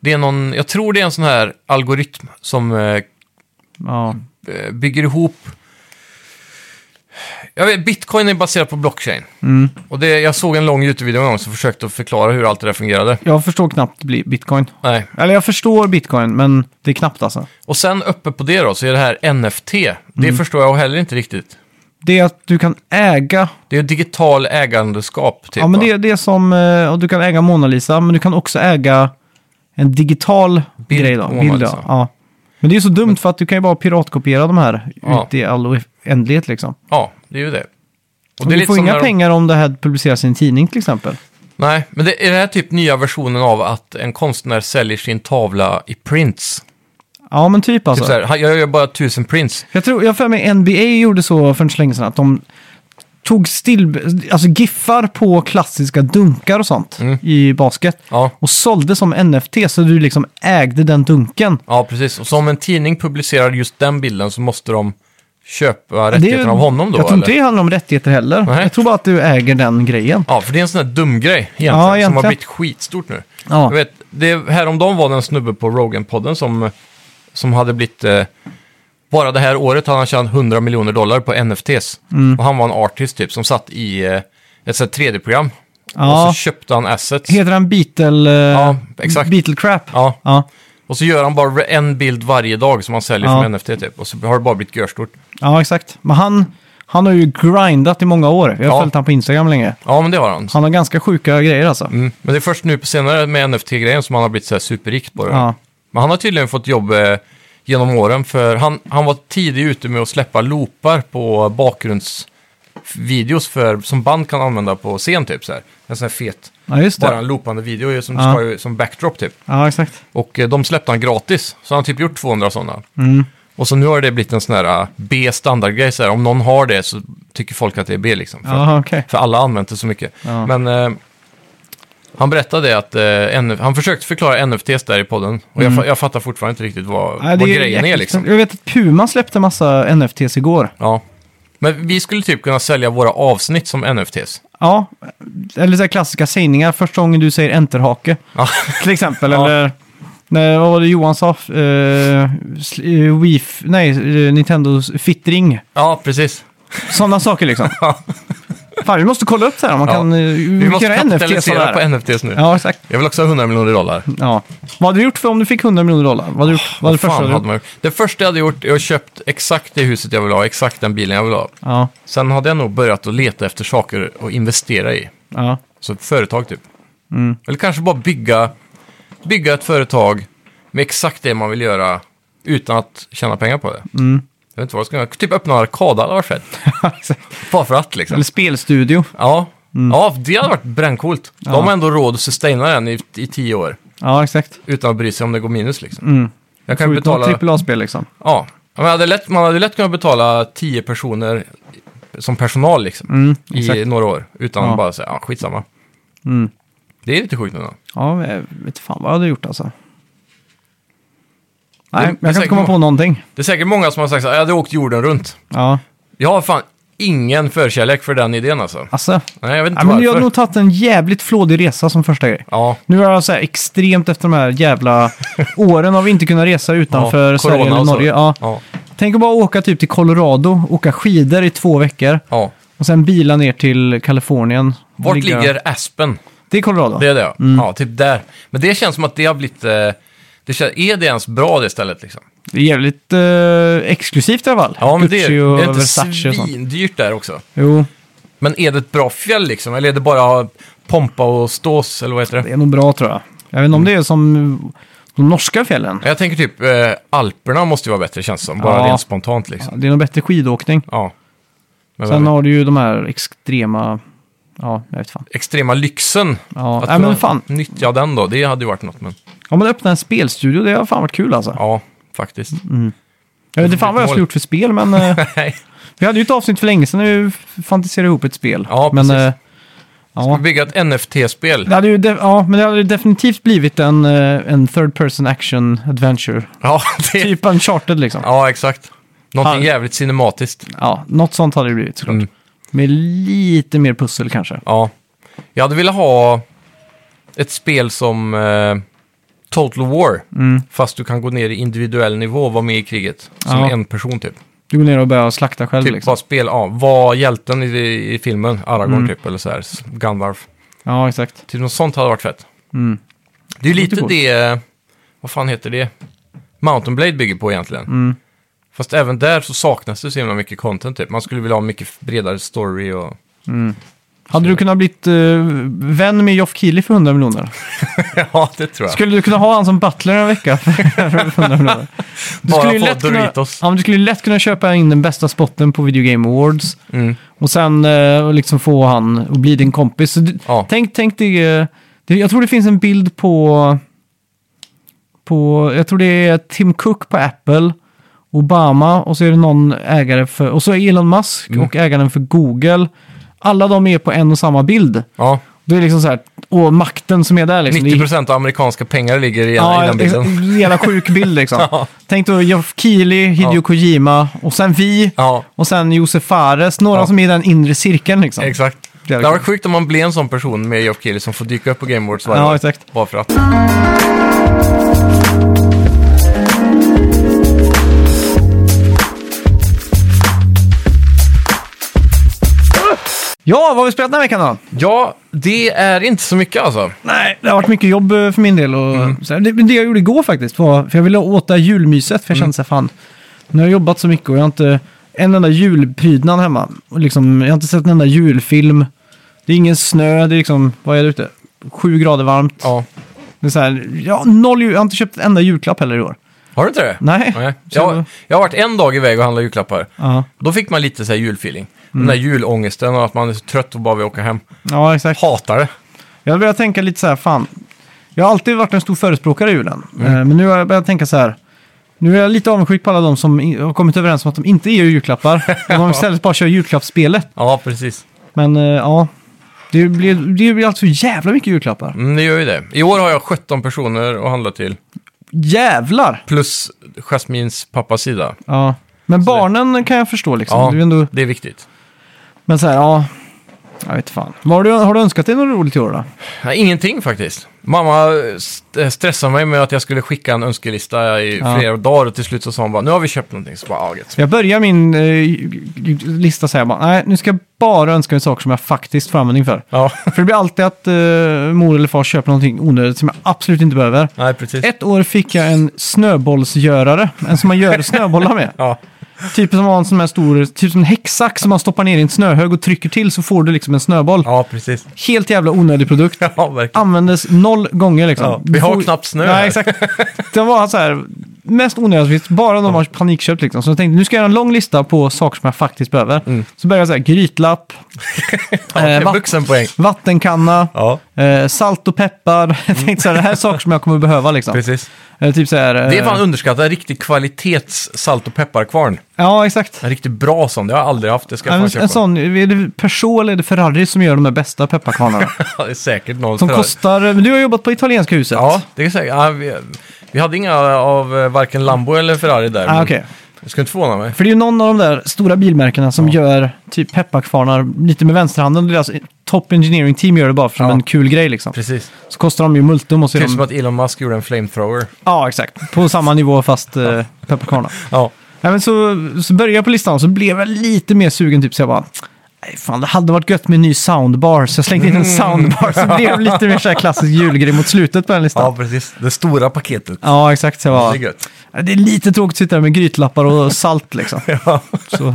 Det är någon... Jag tror det är en sån här algoritm som eh, Ja, eh, bygger ihop... Jag vet, bitcoin är baserat på blockchain. Mm. Och det, jag såg en lång YouTube-video en gång som försökte att förklara hur allt det där fungerade. jag förstår knappt bli- bitcoin. Nej. Eller jag förstår bitcoin, men det är knappt alltså. Och sen uppe på det då, så är det här NFT. Det Mm. förstår jag heller inte riktigt. Det är att du kan äga Det är digital ägandeskap, typ. Ja, men va? det är det är som, eh, och du kan äga Mona Lisa, men du kan också äga en digital Bild grej då. på Mona Bild, Lisa. ja. ja. Men det är ju så dumt för att du kan ju bara piratkopiera de här Ja. ut i all oändlighet liksom. Ja, det är ju det. Och Och är du lite får som inga när de- pengar om det här publiceras i en tidning till exempel. Nej, men det är det här typ nya versionen av att en konstnär säljer sin tavla i prints? Ja, men typ alltså. Typ så här, "Han- jag gör bara tusen prints. jag tror, jag har för mig NBA gjorde så för inte så länge sedan att de tog still, alltså giffar på klassiska dunkar och sånt i basket. Mm. Ja. Och sålde som NFT så du liksom ägde den dunken. ja, precis. Och så om en tidning publicerar just den bilden så måste de köpa Det är ju- rättigheterna av honom då, Jag tror inte eller? det handlar om rättigheter heller. Nej. Jag tror bara att du äger den grejen. Ja, för det är en sån där dum grej egentligen, Ja, som har egentligen. blivit skitstort nu. Ja. Jag vet, det, häromdagen var det en snubbe på Rogan-podden som, som hade blivit... Eh, bara det här året hade han tjänat 100 miljoner dollar på NFTs. Mm. Och han var en artist typ som satt i eh, ett sånt här 3D-program. Ja. Och så köpte han assets. Heter den Beatle... Ja, Ja, exakt. Beatle Crap? Ja, Ja. och så gör han bara en bild varje dag som han säljer Ja. som NFT typ. Och så har det bara blivit görstort. ja, exakt. Men han, han har ju grindat i många år. Jag har Ja. följt han på Instagram länge. Ja, men det har han. Han har ganska sjuka grejer alltså. Mm. Men det är först nu på senare med NFT-grejen som han har blivit så här superrik på det. Ja. Men han har tydligen fått jobb eh, genom åren för han, han var tidig ute med att släppa loopar på bakgrundsvideos för, som band kan använda på scen typ så här. En sån här fet, ja, just bara det. en loopande video ju som, Ja. ska ju, som backdrop typ. Ja, exakt. Och eh, de släppte han gratis, så han har typ gjort 200 sådana. Mm. Och så nu har det blivit en sån här eh, B-standardgrej, så här, om någon har det så tycker folk att det är B liksom. För, Ja, okej. för alla har använt det så mycket. Ja. Men eh, han berättade att, eh, N- han försökte förklara NFTs där i podden, och jag, fa- jag fattar fortfarande inte riktigt vad, Mm. Nej, det vad är grejen är jäkligt- liksom. Jag vet att Puma släppte massa NFTs igår. Ja. Men vi skulle typ kunna sälja våra avsnitt som NFTs. Ja, eller så här klassiska sägningar. Första gången du säger enterhake. Ja. Till exempel, Ja. eller... Nej, vad var det Johan sa? Uh, Weef, nej, eh, Nintendos fittring. Ja, precis. Sådana saker liksom. Fan, vi måste kolla upp det här om man Ja. kan... eh, Vi, Vi kan måste göra NFT kapitalisera på sådär. NFTs nu. Ja, exakt. Jag vill också ha 100 miljoner dollar. Ja. Vad hade du gjort för om du fick 100 miljoner dollar? Vad hade du gjort? Vad hade Vad du första fan hade hade gjort? man gjort? Det första jag hade gjort är att köpt exakt det huset jag vill ha, exakt den bilen jag vill ha. Ja, Sen hade jag nog börjat att leta efter saker att investera i. ja. Så ett företag typ. Eller kanske bara bygga, bygga ett företag med exakt det man vill göra utan att tjäna pengar på det. Jag vet inte vad jag ska göra. Typ öppna en arkadhall hade varit fett. Exakt. Bara för att liksom. eller spelstudio. Ja. ja, det hade varit bränncoolt. De har ändå råd att sustaina den i, i tio år Ja, exakt. utan att bry sig om det går minus liksom. Jag kan ju Förutom betala... betala... AAA-spel liksom. Ja, man hade, lätt, man hade lätt kunnat betala tio personer som personal liksom, i Mm, exakt. några år utan Ja. att Mm. bara säga, ja, skitsamma. Det är lite sjukt ändå. Ja, jag vet fan vad jag hade gjort alltså. Det- Nej, men det är jag kan inte säkert komma må- på någonting. Det är säkert många som har sagt så här, jag hade åkt jorden runt. Ja, Jag har fan ingen förkärlek för den idén alltså. alltså. Nej, jag vet inte Ja, men jag varför. hade nog tagit en jävligt flådig resa som första grej. Ja, Nu är jag så här extremt efter de här jävla åren har vi inte kunnat resa utanför ja, Sverige corona eller och så. Norge. Ja. ja, Tänk att bara åka typ till Colorado, åka skidor i två veckor ja. och sen bila ner till Kalifornien. Vart ligger Aspen? Det är Colorado. Mm. Det är det, ja. Ja, typ där. Men det känns som att det har blivit... eh, Det kän- är det ens bra det stället liksom? Det är jävligt eh, exklusivt i alla fall. Ja, men det är, Gucci är det och inte Versace och sånt. svindyrt där också? Jo, Men är det ett bra fjäll liksom? Eller är det bara pompa och stås, eller vad heter det det? är nog bra tror jag. Jag vet inte om Mm. det är som de norska fjällen. Jag tänker typ, eh, Alperna måste ju vara bättre känns det som. Bara Ja. rent spontant liksom. Det är nog bättre skidåkning. Ja. Men Sen vad- har du ju de här extrema... Ja, jag vet fan. Extrema lyxen. Ja, Att nej, men kunna fan. Nyttja den då, det hade ju varit något. Men Om man öppnar en spelstudio, det har fan varit kul alltså. ja, faktiskt. jag vet inte fan vad jag skulle gjort för spel, men... eh, Nej. vi hade ju ett avsnitt för länge sedan när vi fantiserade ihop ett spel. Ja, men, precis. eh, ja. Bygga ett NFT-spel. Det hade ju de- ja, men det hade ju definitivt blivit en, eh, en third person action adventure. Ja, det... Typ Uncharted liksom. Ja. ja, exakt. Någonting Han- jävligt cinematiskt. något sånt hade det blivit såklart. Mm. Med lite mer pussel kanske. Ja. Jag hade velat ha ett spel som eh, Total War. Fast du kan gå ner i individuell nivå och vara med i kriget. Som Ja. en person typ. Du går ner och börjar slakta själv Typ liksom. bara spel, ja, var hjälten i, i filmen, Aragorn typ, eller så här, Gandalf. Ja, exakt. Typ något sånt hade varit fett. Mm. Det är ju lite, Lite coolt. det, vad fan heter det, Mountain Blade bygger på egentligen. Fast även där så saknas det så himla mycket content typ. Man skulle vilja ha mycket bredare story och... Hade du kunnat bli vän med Joff Keely för 100 miljoner? ja, det tror jag. Skulle du kunna ha han som butler en vecka för 100 miljoner? Du Bara skulle, ju få lätt kunna, ja, Doritos. men du skulle ju lätt kunna köpa in den bästa spotten på Video Game Awards Mm. och sen eh, liksom få han att bli din kompis. Så du, Ja. Tänk, tänk dig, eh, det, jag tror det finns en bild på, på, jag tror det är Tim Cook på Apple, Obama och så är det någon ägare för, och så är Elon Musk Mm. och ägaren för Google. Alla de är på en och samma bild. Ja, Det är liksom så här, och makten som är där liksom. Det är- 90% av amerikanska pengar ligger i, i Ja, den bilden. en jävla sjuk bild liksom. Ja. Tänk då Jeff Keely, Hideo Ja. Kojima och sen vi Ja, och sen Josef Fares, några Ja. som är i den inre cirkeln liksom. exakt. Det Det hade hade varit kunnat- sjukt om man blev en sån person med Geoff Keighley som får dyka upp på Game Awards varje Ja, år. exakt. Bara för att. Ja, vad har vi spelat den här veckan då? Ja, det är inte så mycket alltså. Nej, det har varit mycket jobb eh, för min del. Och Mm. så här, det, men det jag gjorde igår faktiskt var, för jag ville åta julmyset, Mm. för jag kände så här, fan, nu har jag jobbat så mycket och jag har inte en enda julprydnad hemma. Och liksom, jag har inte sett en enda julfilm. Det är ingen snö, det är liksom, vad är det ute? Sju grader varmt. Ja. Det är så här, ja, noll, jul- jag har inte köpt en enda julklapp heller i år. Har du inte det? Nej. Jag, jag har varit en dag iväg och handlat julklappar. Ja, Då fick man lite så här julfeeling. Mm. Den där julångesten och att man är så trött och bara vill åka hem. ja exakt. Hatar det. Jag börjar tänka lite så här, fan. Jag har alltid varit en stor förespråkare i julen. Eh, Men nu har jag börjat tänka så här. Nu är jag lite avundsjuk på alla de som i- har kommit överens om att de inte ger julklappar. och de istället bara kör julklappsspelet. Ja, precis. Men eh, ja, det blir, det blir alltså jävla mycket julklappar. Mm, det gör ju det. I år har jag 17 personer att handla till. Jävlar! Plus Jasmins pappas sida. Ja. Men barnen kan jag förstå liksom. Ja, Det är ändå, det är viktigt. men så här, ja. Jag vet fan. Vad har, du, har du önskat dig något roligt i år då? Nej, ingenting faktiskt. Mamma st- eh, stressade mig med att jag skulle skicka en önskelista i Ja. flera dagar och till slut så sa hon bara nu har vi köpt någonting. Så bara, ah, gött. Jag börjar min eh, lista så här, jag bara, nej nu ska jag bara önska mig saker som jag faktiskt får användning för. Ja, För det blir alltid att eh, mor eller far köper någonting onödigt som jag absolut inte behöver. nej precis. Ett år fick jag en snöbollsgörare, en som man gör snöbollar med. Ja. Typ som var en sån här stor, typ som en häcksack som man stoppar ner i en snöhög och trycker till så får du liksom en snöboll. ja, precis. Helt jävla onödig produkt. Ja, verkligen. Användes noll gånger liksom. Ja, vi har Får- knappt snö här. Nej, exakt. Det var så här, mest onödigt, bara de har panikköpt liksom. Så jag tänkte, nu ska jag göra en lång lista på saker som jag faktiskt behöver. Mm. Så började jag så här, grytlapp, Ja, Eh, eh, va- vuxenpoäng. vattenkanna, Ja, Mm. Eh, salt och peppar. Jag tänkte så här, det här är saker som jag kommer behöva liksom. precis. Eh, typ så här, eh, Det är fan underskattat. En riktig kvalitets salt och pepparkvarn. Ja, exakt. En riktigt bra sån. Det har jag aldrig haft. Det ska jag En, fan en köpa. sån, är det Peugeot eller är det Ferrari som gör de här bästa pepparkvarnarna? Ja, det är säkert någon som Ferrari. kostar, men du har jobbat på italienska huset. Ja, det är säkert. Ja, vi, vi hade inga av eh, varken Lambo eller Ferrari där. Ah, men okej. Det skulle inte förvåna mig. För det är ju någon av de där stora bilmärkena som gör typ pepparkvarnar lite med vänsterhanden. Deras top engineering team gör det bara för som Ja. en kul grej liksom. Precis. Så kostar de ju multum och så är Typ som de... att Elon Musk gjorde en flamethrower. Ja, exakt. På samma nivå fast eh, pepparkvarnar. Ja. Nej, men så, så började jag på listan och så blev jag lite mer sugen. Typ så jag bara, "Nej, Nej, fan, det hade varit gött med en ny soundbar, så jag slängde in en Mm. soundbar så det blev lite mer så här klassisk julgrej mot slutet på den listan. Ja, Ja, precis. Det stora paketet. exakt. Så jag Det bara, är gött. Ja, Det är lite tråkigt att sitta där med grytlappar och salt liksom. Ja. Så,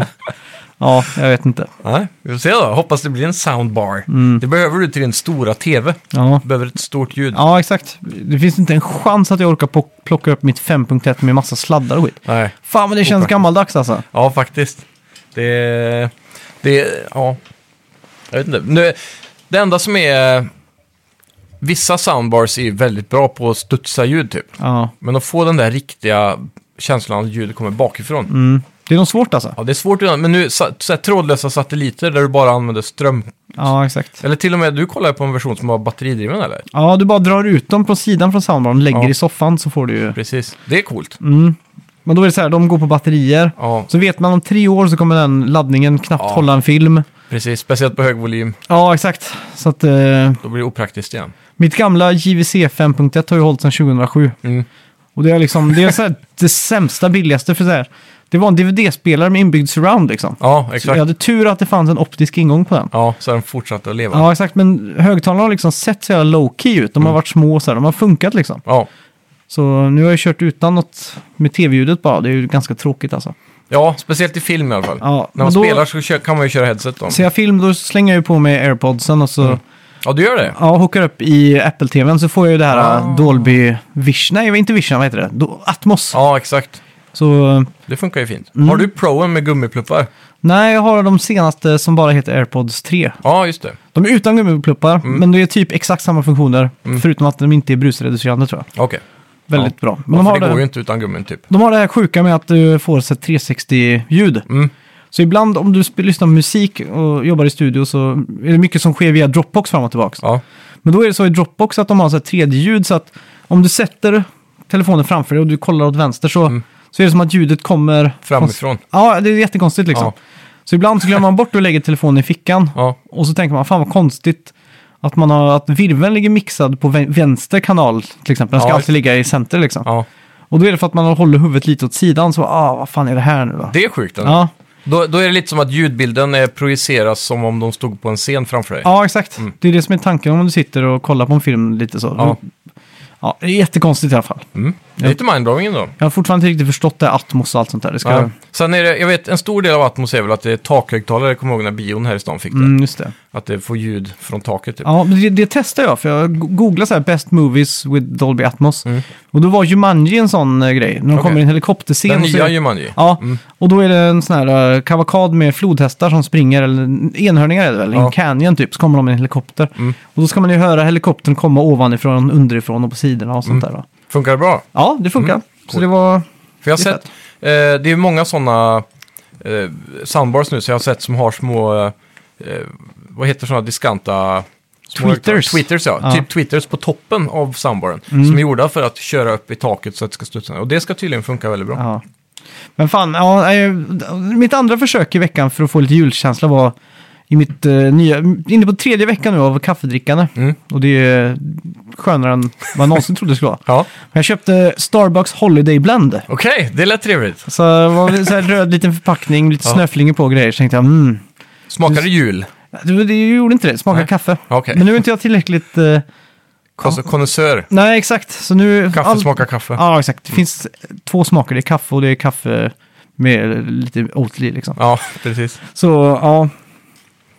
ja, jag vet inte. Nej, vi får se då. Hoppas det blir en soundbar. Det behöver du till din stora tv. Ja. Du behöver ett stort ljud. ja, exakt. Det finns inte en chans att jag orkar po- plocka upp mitt 5.1 med massa sladdar och skit. Nej. Fan vad det känns Opraktiskt. gammaldags alltså. Ja, faktiskt. Det... Det... Ja. Jag vet inte. Nu, det enda som är... Vissa soundbars är ju väldigt bra på att studsa ljud, typ. Ja. Men att få den där riktiga känslan av att ljudet kommer bakifrån. Mm. Det är nog svårt alltså. Ja, det är svårt redan. Men nu, sa- så här, trådlösa satelliter där du bara använder ström. Ja, exakt. Eller till och med, du kollar ju på en version som var batteridriven, eller? Ja, du bara drar ut dem från sidan från soundbaren och lägger Ja. i soffan så får du ju... Precis. Det är coolt. Mm. Men då är det så här, de går på batterier. Ja, Så vet man om tre år så kommer den laddningen knappt Ja. hålla en film. precis. Speciellt på hög volym. Ja, exakt. Så att eh, Då blir det opraktiskt igen. mitt gamla JVC 5.1 har ju hållit sedan 2007. Mm. Och det är liksom, det är så här, det sämsta, billigaste för så här. Det var en DVD-spelare med inbyggd surround liksom. Ja, Så jag exakt. hade tur att det fanns en optisk ingång på den. Ja, Mm. så den fortsatte att leva. Ja, exakt. Men högtalarna har liksom sett så jävla low-key ut. De har varit små och så här. De har funkat liksom. Ja. Så nu har jag kört utan något med tv-ljudet bara. Det är ju ganska tråkigt alltså. ja, speciellt i film i alla fall. Ja, När man men då- spelar så kö- kan man ju köra headset då. Ser jag film då slänger jag ju på mig airpodsen och så Mm. Ja, du gör det? ja, hookar upp i Apple-tvn så får jag ju det här Ah. äh, Dolby Vision. Nej, inte Vision, vad heter det? Do- Atmos. Ja, exakt. Så äh, Det funkar ju fint. Mm. Har du proen med gummipluppar? nej, jag har de senaste som bara heter airpods 3. Ja, just det. De är utan gummipluppar, Mm. men det är typ exakt samma funktioner. Förutom att de inte är brusreducerande tror jag. Okej. Väldigt bra. Men Ja, de för har det går ju det, inte utan gummin typ. de har det här sjuka med att du får så här 360-ljud. Mm. Så ibland om du sp- lyssnar på musik och jobbar i studio så är det mycket som sker via Dropbox fram och tillbaka. Ja. Men då är det så i Dropbox att de har så här 3D-ljud så att om du sätter telefonen framför dig och du kollar åt vänster så, så är det som att ljudet kommer... Mm. Framifrån. Ja, det är jättekonstigt liksom. Ja. Så ibland så glömmer man bort att lägga telefonen i fickan Ja. och så tänker man, fan vad konstigt att, man har, att virveln ligger mixad på vä- vänster kanal till exempel. Den ska Ja, just- alltid ligga i center liksom. ja. Och då är det för att man håller huvudet lite åt sidan så, ah, vad fan är det här nu då? Det är sjukt. ändå. Ja. Då, då är det lite som att ljudbilden eh, projiceras som om de stod på en scen framför dig. Ja, exakt. Det är det som är tanken om du sitter och kollar på en film lite så. Mm. Ja. Ja, det är jättekonstigt i alla fall. Mm. Det är lite mindblowing ändå. Jag har fortfarande inte riktigt förstått det här Atmos och allt sånt där. Det ska... Ja. Sen är det, jag vet, en stor del av Atmos är väl att det är takhögtalare. Jag kommer ihåg när bion här i stan fick det. Mm, just det. Att det får ljud från taket typ. Ja, men det, det testar jag, för jag go- googlade så här Best Movies with Dolby Atmos. Mm. Och då var Jumanji en sån eh, grej, när de Okej. kommer i en helikopterscen. Den och så är- nya Jumanji. Ja, och då är det en sån här eh, kavalkad med flodhästar som springer, eller enhörningar är det väl, i Ja. en canyon typ, så kommer de i en helikopter. Mm. Och då ska man ju höra helikoptern komma ovanifrån, underifrån och på sidorna och sånt där. Då. Funkar det bra? Ja, det funkar. Mm, Så det var... För jag har Det är sett, eh, det är många sådana eh, soundbars nu som jag har sett som har små, eh, eh, vad heter sådana diskanta? små- Tweeters. Tweeters ja. Ja. typ tweeters på toppen av soundbaren. Mm. Som är gjorda för att köra upp i taket så att det ska studsa. ner. Och det ska tydligen funka väldigt bra. Ja. Men fan, ja, eh, mitt andra försök i veckan för att få lite julkänsla var i mitt eh, nya, inne på tredje veckan nu av kaffedrickande. Mm. Och det är skönare än vad jag någonsin trodde det skulle vara. Ja. Men Jag köpte Starbucks Holiday Blend. Okej, det lät trevligt. Så det var en så här röd liten förpackning, lite Ja. snöflingor på och grejer. Så tänkte jag, mm. Smakar det jul? Det, det gjorde inte det, det smakade Nej. kaffe. Okej, Men nu är inte jag tillräckligt... eh, Kon- Alltså, konnässör. nej, exakt. Så nu... Kaffe all- smakar kaffe. Ja, exakt. Det finns två smaker. Det är kaffe och det är kaffe med lite Oatly liksom. Ja, precis. Så ja,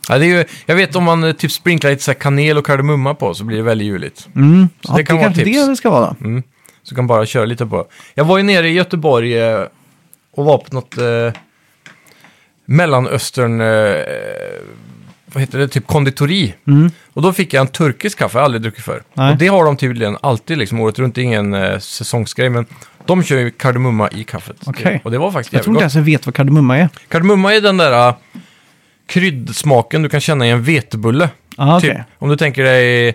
Ja, det är ju, jag vet om man eh, typ sprinklar lite så här kanel och kardemumma på så blir det väldigt juligt. Mm. Så det kan vara kanske tips. det det ska vara. Mm. Så kan bara köra lite på. Jag var ju nere i Göteborg eh, och var på något eh, mellanöstern, eh, vad heter det, typ konditori. Mm. Och då fick jag en turkisk kaffe, jag har aldrig druckit förr. Nej. Och det har de tydligen alltid, liksom året runt, det är ingen eh, säsongsgrej. Men de kör ju kardemumma i kaffet. Okej. Och det var faktiskt Jag jävligt tror inte gott. ens jag vet vad kardemumma är. Kardemumma är den där eh, kryddsmaken du kan känna i en vetebulle. Ah, okej. Typ, om du tänker dig, Är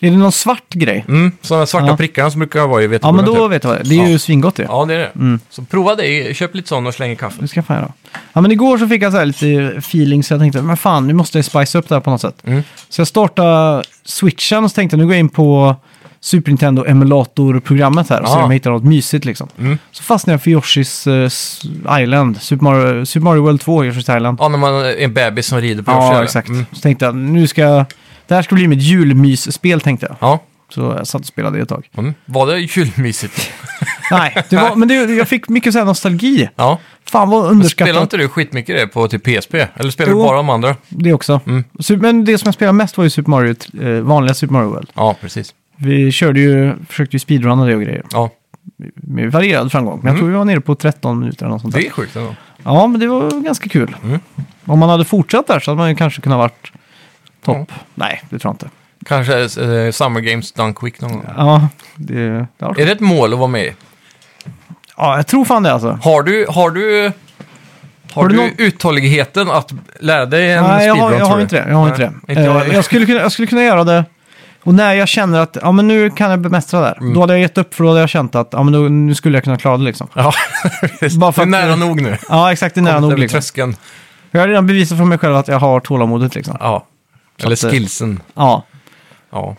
det någon svart grej? mm, sådana svarta Ja. prickarna som brukar vara i Ja, vetebullen. men då typ. vet jag vad det är. Mm. Det är Ja. ju svingott det. Ja, det är det. Så prova det. Köp lite sån och släng i kaffet. Det ska jag fan göra. Ja, men igår så fick jag så här lite feeling så jag tänkte, men fan, nu måste jag spice upp det här på något sätt. Mm. Så jag startade switchen och så tänkte jag, nu går jag in på Super Nintendo emulator-programmet här och se Ah. om jag hittar något mysigt liksom. Mm. Så fastnade jag för Yoshi's eh, s- Island, Super Mario, Super Mario World 2, Yoshi's Island. Ja, när man är en bebis som rider på en Ja, fjäril. exakt. Mm. Så tänkte jag, nu ska jag... Det här ska bli mitt julmysspel tänkte jag. Ja. Så jag satt och spelade det ett tag. Mm. Var det julmysigt? Nej, det var, men det, jag fick mycket så här nostalgi. Ja. Fan vad Spelar underskattat inte du skitmycket det på typ PSP? Eller spelar Jo. du bara de andra? det också. Mm. Super- Men det som jag spelade mest var ju Super Mario, eh, vanliga Super Mario World. Ja, precis. Vi körde ju, försökte ju speedrunna det och grejer. Ja, Med varierad framgång. Men jag tror vi var nere på 13 minuter eller något sånt där. Mm. det Mm. är sjukt ändå. Ja, men det var ganska kul. Om man hade fortsatt där så hade man ju kanske kunnat varit topp. Nej, det tror jag inte. Kanske eh, Summer Games Done Quick någon gång. Ja, det, det var... Är det ett mål att vara med i? ja, jag tror fan det alltså. Har du, har du, har Har du du någon- uthålligheten att lära dig en Nej, jag speedrun har, jag tror har du? inte det. Jag har inte Nej, det. inte jag Eh, heller. jag, skulle kunna, jag skulle kunna göra det. Och när jag känner att ja, men nu kan jag bemästra det här. Mm. Då hade jag gett upp för då hade jag känt att ja, men då, nu skulle jag kunna klara det liksom. Ja, Bara Bara för för det är att- nära nog nu. Ja, exakt. Det är nära nog. Över Liksom. Tröskeln. Jag har redan bevisat för mig själv att jag har tålamodet liksom. Ja. Så Eller att, eh, skillsen. Ja. Ja.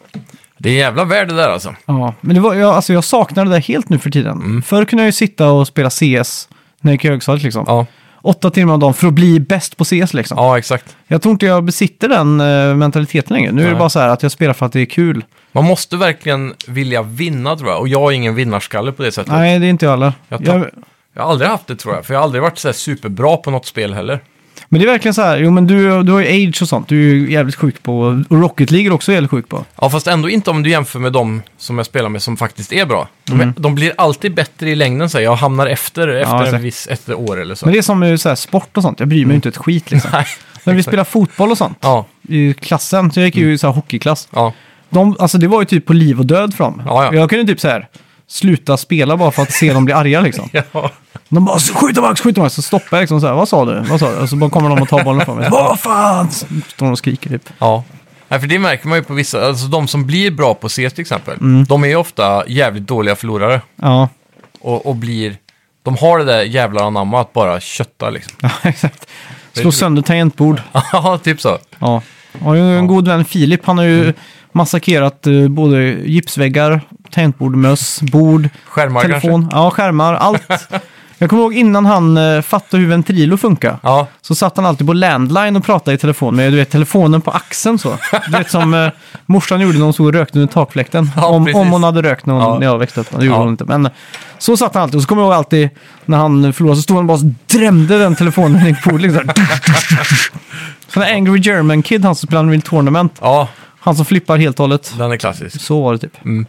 Det är en jävla värld det där alltså. ja. Men det var, jag, alltså, jag saknar det där helt nu för tiden. Mm. Förr kunde jag ju sitta och spela CS när jag gick i högstadiet liksom. Ja, Åtta timmar om dagen för att bli bäst på CS liksom. ja exakt. Jag tror inte jag besitter den eh, mentaliteten längre. Nu är det Nej. bara så här att jag spelar för att det är kul. Man måste verkligen vilja vinna tror jag. Och jag har ingen vinnarskalle på det sättet. Nej, det är inte jag heller. Jag tar- jag, Jag har aldrig haft det tror jag. För jag har aldrig varit så här superbra på något spel heller. Men det är verkligen så här, jo men du, du har ju Age och sånt, du är ju jävligt sjuk på, och Rocket League är också jävligt sjuk på. Ja, fast ändå inte om du jämför med de som jag spelar med som faktiskt är bra. De, Mm. de blir alltid bättre i längden, så här. jag hamnar efter, efter exakt. en viss, efter år eller så. Men det är som med så här, sport och sånt, jag bryr mig inte ett skit liksom. Nej. När vi spelade fotboll och sånt Mm. Ja, Mm. i klassen, så jag gick ju i så här hockeyklass. ja. De, alltså det var ju typ på liv och död för dem. Ja, ja. Jag kunde typ så här, sluta spela bara för att se dem bli arga liksom. ja. De bara skjuta Max, skjuta Max, så stoppar jag liksom så här, vad sa du? Vad sa du? Och så bara kommer de och tar bollen från mig. Vad fan! Så Står de och skriker typ. ja. Nej, för det märker man ju på vissa, alltså de som blir bra på CS till exempel, de är ju ofta jävligt dåliga förlorare. Ja, Och, och blir, de har det där jävla anamma att bara kötta liksom. ja exakt. Slå sönder tangentbord. Ja, typ så. Ja, jag har ju en god vän Filip. Han har Mm. ju massakrerat eh, både gipsväggar, tangentbord, möss, bord, Skärmar kanske. telefon, ja, skärmar, allt. jag kommer ihåg innan han eh, fattade hur ventrilo funkar. Ja, Så satt han alltid på landline och pratade i telefon med du vet, telefonen på axeln så. Du vet som eh, morsan gjorde när hon stod och rökte under takfläkten. Ja, om, precis. om hon hade rökt när, hon, Ja. när jag växte upp. Det gjorde Ja. hon inte. Men så satt han alltid. Och så kommer jag ihåg alltid när han förlorade så stod han och bara så drämde den telefonen i bordet. Liksom. Sån där Angry German Kid, han som spelar Unreal Tournament. ja, Han som flippar helt och hållet. den är klassisk. Så var det typ. Mm.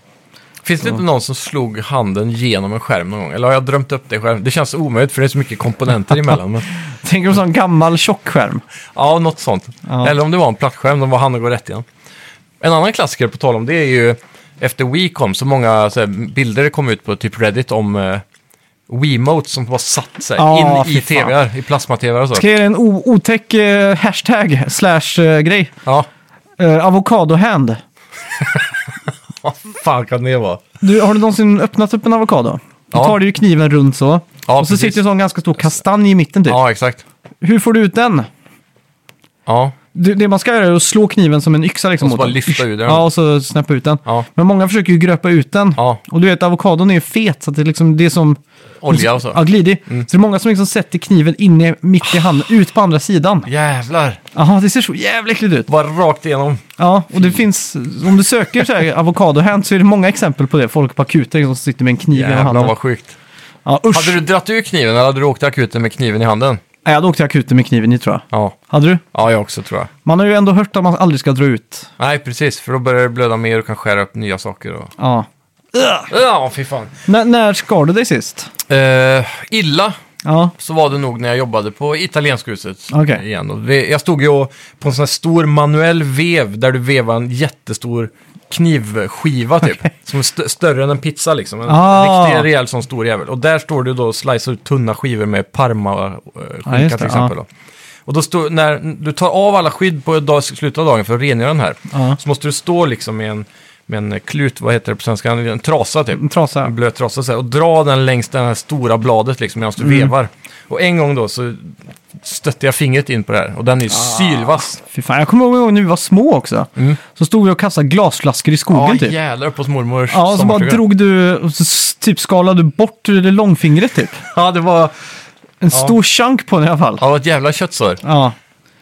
Finns det inte någon som slog handen genom en skärm någon gång? Eller har jag drömt upp det själv? Det känns omöjligt för det är så mycket komponenter emellan. Men... Tänker du sån gammal tjockskärm? Ja, något sånt. Ja. Eller om det var en plattskärm, de var han och går rätt igen. En annan klassiker på tal om det är ju efter Wii kom så många så här, bilder kom ut på typ Reddit om uh, Wiimote som var satt så här, Ja, in i fy fan. tvr, i plasma-tvr och så. Ska jag ge dig en o- otäck eh, hashtag slash eh, grej? Ja, Eh, Avokado-hand. vad fan kan det vara? Du, har du någonsin öppnat upp en avokado? Då Ja. tar du ju kniven runt så. Ja, och så precis. sitter det en sån ganska stor kastanj i mitten typ. Ja, exakt. Hur får du ut den? Ja, Du, det man ska göra är att slå kniven som en yxa liksom. Och så mot bara den. lyfta ur den. Ja, och så snäppa ut den. Ja. Men många försöker ju gröpa ut den. Ja. Och du vet, avokadon är ju fet så att det, är liksom, det är som... olja och Ja, så. glidig. Mm. Så det är många som liksom sätter kniven inne mitt i handen, ut på andra sidan. Jävlar, Ja, det ser så jävligt äckligt ut. bara rakt igenom. Ja, och det finns... Om du söker så här avokadohand så är det många exempel på det. Folk på akuten liksom som sitter med en kniv i Jävlar handen. vad sjukt. Ja, usch! Hade du dratt ur kniven eller hade du åkt till akuten med kniven i handen? Nej, jag hade åkt till akuten med kniven i tror jag. Ja, Hade du? ja jag också tror jag. Man har ju ändå hört att man aldrig ska dra ut. Nej, precis, för då börjar det blöda mer och kan skära upp nya saker. Och... Ja. Ja, fy fan. N- när skar du dig sist? Eh, illa Ja. så var det nog när jag jobbade på italienskhuset Okej. igen. Och det, jag stod ju och- på en sån här stor manuell vev där du vevar en jättestor knivskiva typ. Som är st- större än en pizza liksom. En Ah. riktig rejäl sån stor jävel. Och där står du då och slicear ut tunna skivor med parma-skinka Ja, just det, till exempel. Då. Och då står, när du tar av alla skydd på dag, slutet av dagen för att rengöra den här. Ja. Så måste du stå liksom med en, med en klut, vad heter det på svenska, en trasa typ En trasa. Mm. en blöt trasa så här, och dra den längs det här stora bladet liksom medan du vevar. Och en gång då så stötte jag fingret in på det här och den är ju Ah. sylvass. Fy fan, jag kommer ihåg när vi var små också. Så stod vi och kastade glasflaskor i skogen Mm. Ja, typ. jävlar upp hos mormors Ja, och så bara sommarstuga. drog du, och så s- typ skalade du bort det långfingret typ. Ja, det var, En stor chunk på den i alla fall. ja, det var ett jävla köttsår. Ja,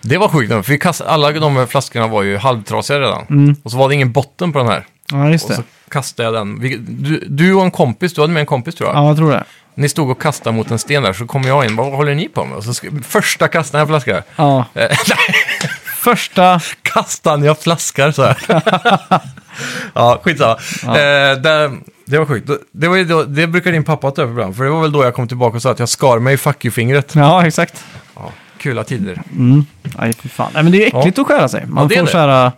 Det var sjukt. nog, För vi kastade, alla de här flaskorna var ju halvtrasiga redan. Och så var det ingen botten på den här. ja Mm. just Och så det. kastade jag den. Vi- Du, du och en kompis, du hade med en kompis tror jag. Ja, jag tror det. Ni stod och kastade mot en sten där, så kom jag in. Vad håller ni på med? Och så sk- första kastan jag flaskar. Ja. Eh, nej, Första... kastan jag flaskar så här. ja, skitsamma. Eh, det, det var sjukt. Det, var ju då, det brukar din pappa ta över ibland. För det var väl då jag kom tillbaka och sa att jag skar mig i fuck you-fingret. Ja, exakt. Ja, kula tider. Aj, fy fan. Nej, men det är ju äckligt att skära sig. Man Ja, det är får det. så här... äh,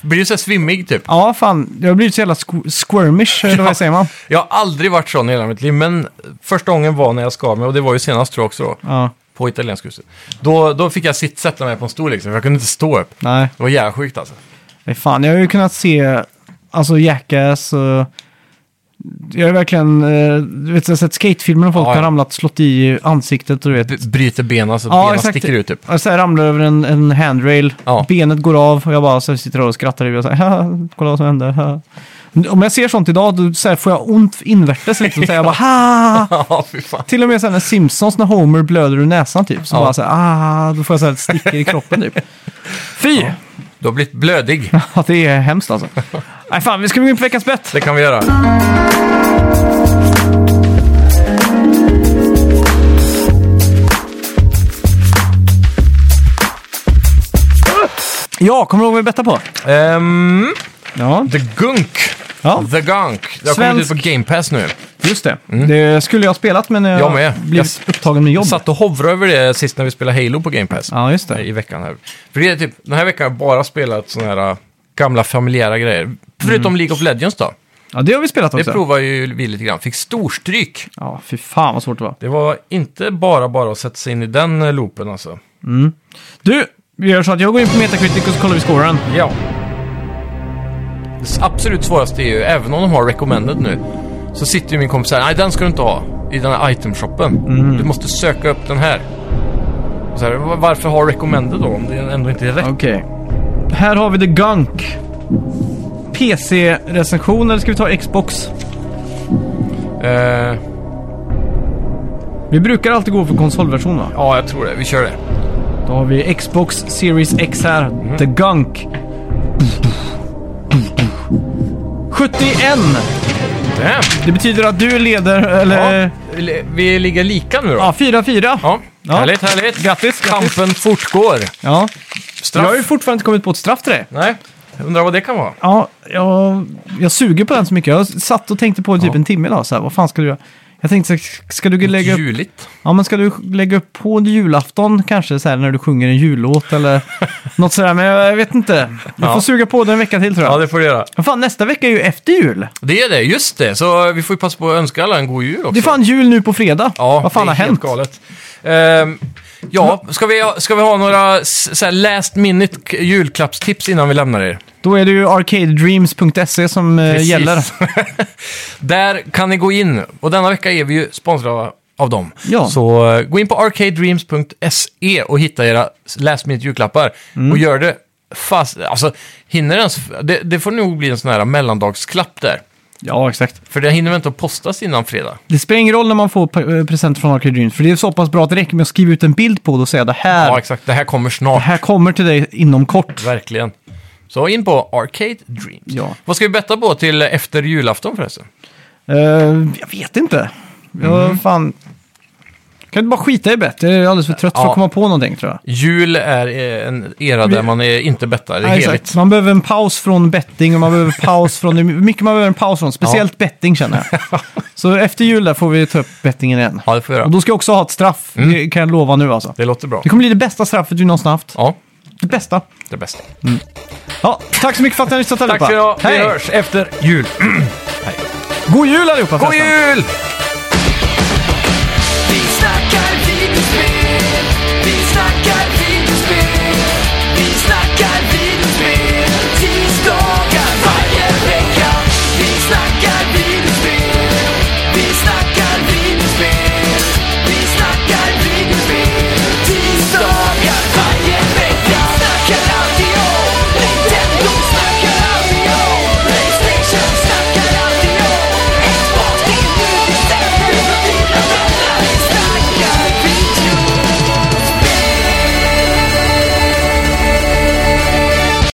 Blir du så här svimmig typ? Ja, fan. Jag har blivit så jävla squ- squirmish, eller vad säger man? Jag har aldrig varit sån i hela mitt liv, men första gången var när jag skar mig, och det var ju senast tror jag också då, Ja, på italienska huset. Då, då fick jag sitt, sätta mig på en stol liksom, för jag kunde inte stå upp. nej. Det var jävligt alltså. Nej, fan. Jag har ju kunnat se, alltså Jackass och... Jag har verkligen, eh, du vet, jag har sett skatefilmer när folk Ja, ja. har ramlat, slått i ansiktet och du vet. B- bryter benen så benen sticker ut typ. Och så här ramlar över en, en handrail, Ja. benet går av och jag bara så här sitter där och skrattar och jag så här, "Haha, kolla vad som hände. haha." Om jag ser sånt idag då så här får jag ont invärtes liksom. Så här, jag bara ha! Ja, fy fan. Till och med sen när Simpsons när Homer blöder ur näsan typ. Så Ja. bara så här, ah, då får jag så här ett sticker i kroppen typ. Fy! Du har blivit blödig. Ja, det är hemskt alltså. Nej fan, vi ska gå in på veckans bett. Det kan vi göra. Ja, kommer du ihåg vad vi bettade på? Ehm, Ja, the Gunk. ja The Gunk. Det har kommit ut Svensk- på Game Pass nu. just det. Det skulle jag ha spelat men Mm. jag, Jag med. blev upptagen med jobb. Jag satt och hovrade över det sist när vi spelade Halo på Game Pass. Ja, just det. i veckan här. För det är typ, den här veckan har jag bara spelat sådana här äh, gamla familjära grejer. Mm. Förutom League of Legends då. Ja, det har vi spelat Det också. provar ju vi lite grann. Fick storstryk. Ja, fy fan vad svårt det var. Det var inte bara bara att sätta sig in i den eh, loopen alltså. Du, vi gör så att jag går in på Metacritic och så kollar vi scoren. Ja. Det s- absolut svåraste är ju, även om de har recommended nu, så sitter ju min kompis här, nej den ska du inte ha i den här itemshoppen. Du måste söka upp den här. Och så här, "Va- varför ha recommended då om det ändå inte är rätt? Okej. Här har vi The Gunk. PC-recension eller ska vi ta Xbox? Eh, Vi brukar alltid gå för konsolversion va? ja, jag tror det. Vi kör det. Då har vi Xbox Series X här. The Gunk. 71! Damn. Det betyder att du leder, eller... Ja, Ja, vi- vi ligger lika nu då. 4-4. Ja, Ja. härligt, härligt. Grattis, grattis. Kampen fortgår. Ja. Jag Straff. har ju fortfarande inte kommit på ett straff till det. Nej, undrar vad det kan vara. Ja, jag, jag suger på den så mycket. Jag satt och tänkte på det typ en timme idag, så här, vad fan ska du göra? Jag tänkte, så här, ska du lägga upp, Juligt. ja, men ska du lägga upp på julafton kanske, så här, när du sjunger en jullåt eller något sådär, men jag, jag vet inte. Jag Ja. får suga på det en vecka till tror jag. Ja, det får du göra. Men fan, nästa vecka är ju efter jul. Det är det, just det. Så vi får ju passa på att önska alla en god jul också. Det är fan jul nu på fredag. ja, vad fan det är har helt hänt? Galet. Ehm, ja, ska vi, ska vi ha några s- så här last minute k- julklappstips innan vi lämnar er? Då är det ju arcadedreams.se som eh, Precis. gäller. Där kan ni gå in. Och denna vecka är vi ju sponsrade av dem. Ja. Så eh, gå in på arcadedreams.se E och hitta era last minute julklappar. Mm. Och gör det fast... Alltså, hinner ens... Det, det får nog bli en sån här mellandagsklapp där. Ja, exakt. För det hinner väl inte att postas innan fredag? Det spelar ingen roll när man får pre- eh, presenter från Arcade Dreams, för det är så pass bra att det räcker med att skriva ut en bild på det och säga det här Ja, exakt. Det här kommer snart. Det här kommer till dig inom kort. Verkligen. Så in på Arcade Dreams. Ja. Vad ska vi betta på till efter julafton förresten? Eh, jag vet inte. Jag Mhm. fan... Kan du bara skita i bett? Jag är alldeles för trött för Ja. att komma på någonting tror jag. Jul är eh, en era där man är inte bettar. Det är Nej, heligt. exakt. Man behöver en paus från betting och man behöver paus från... Det är mycket man behöver en paus från. Speciellt betting känner jag. Så efter jul där får vi ta upp bettingen igen. Ja, Mm. det får vi Och göra. då ska jag också ha ett straff. Det kan jag lova nu alltså. Det låter bra. Det kommer bli det bästa straffet vi någonsin haft. Ja, Det bästa. det bästa. Ja, tack så mycket för att ni har lyssnat Tack allihopa. för idag. Vi Hej! hörs efter jul. God jul allihopa God förresten. jul!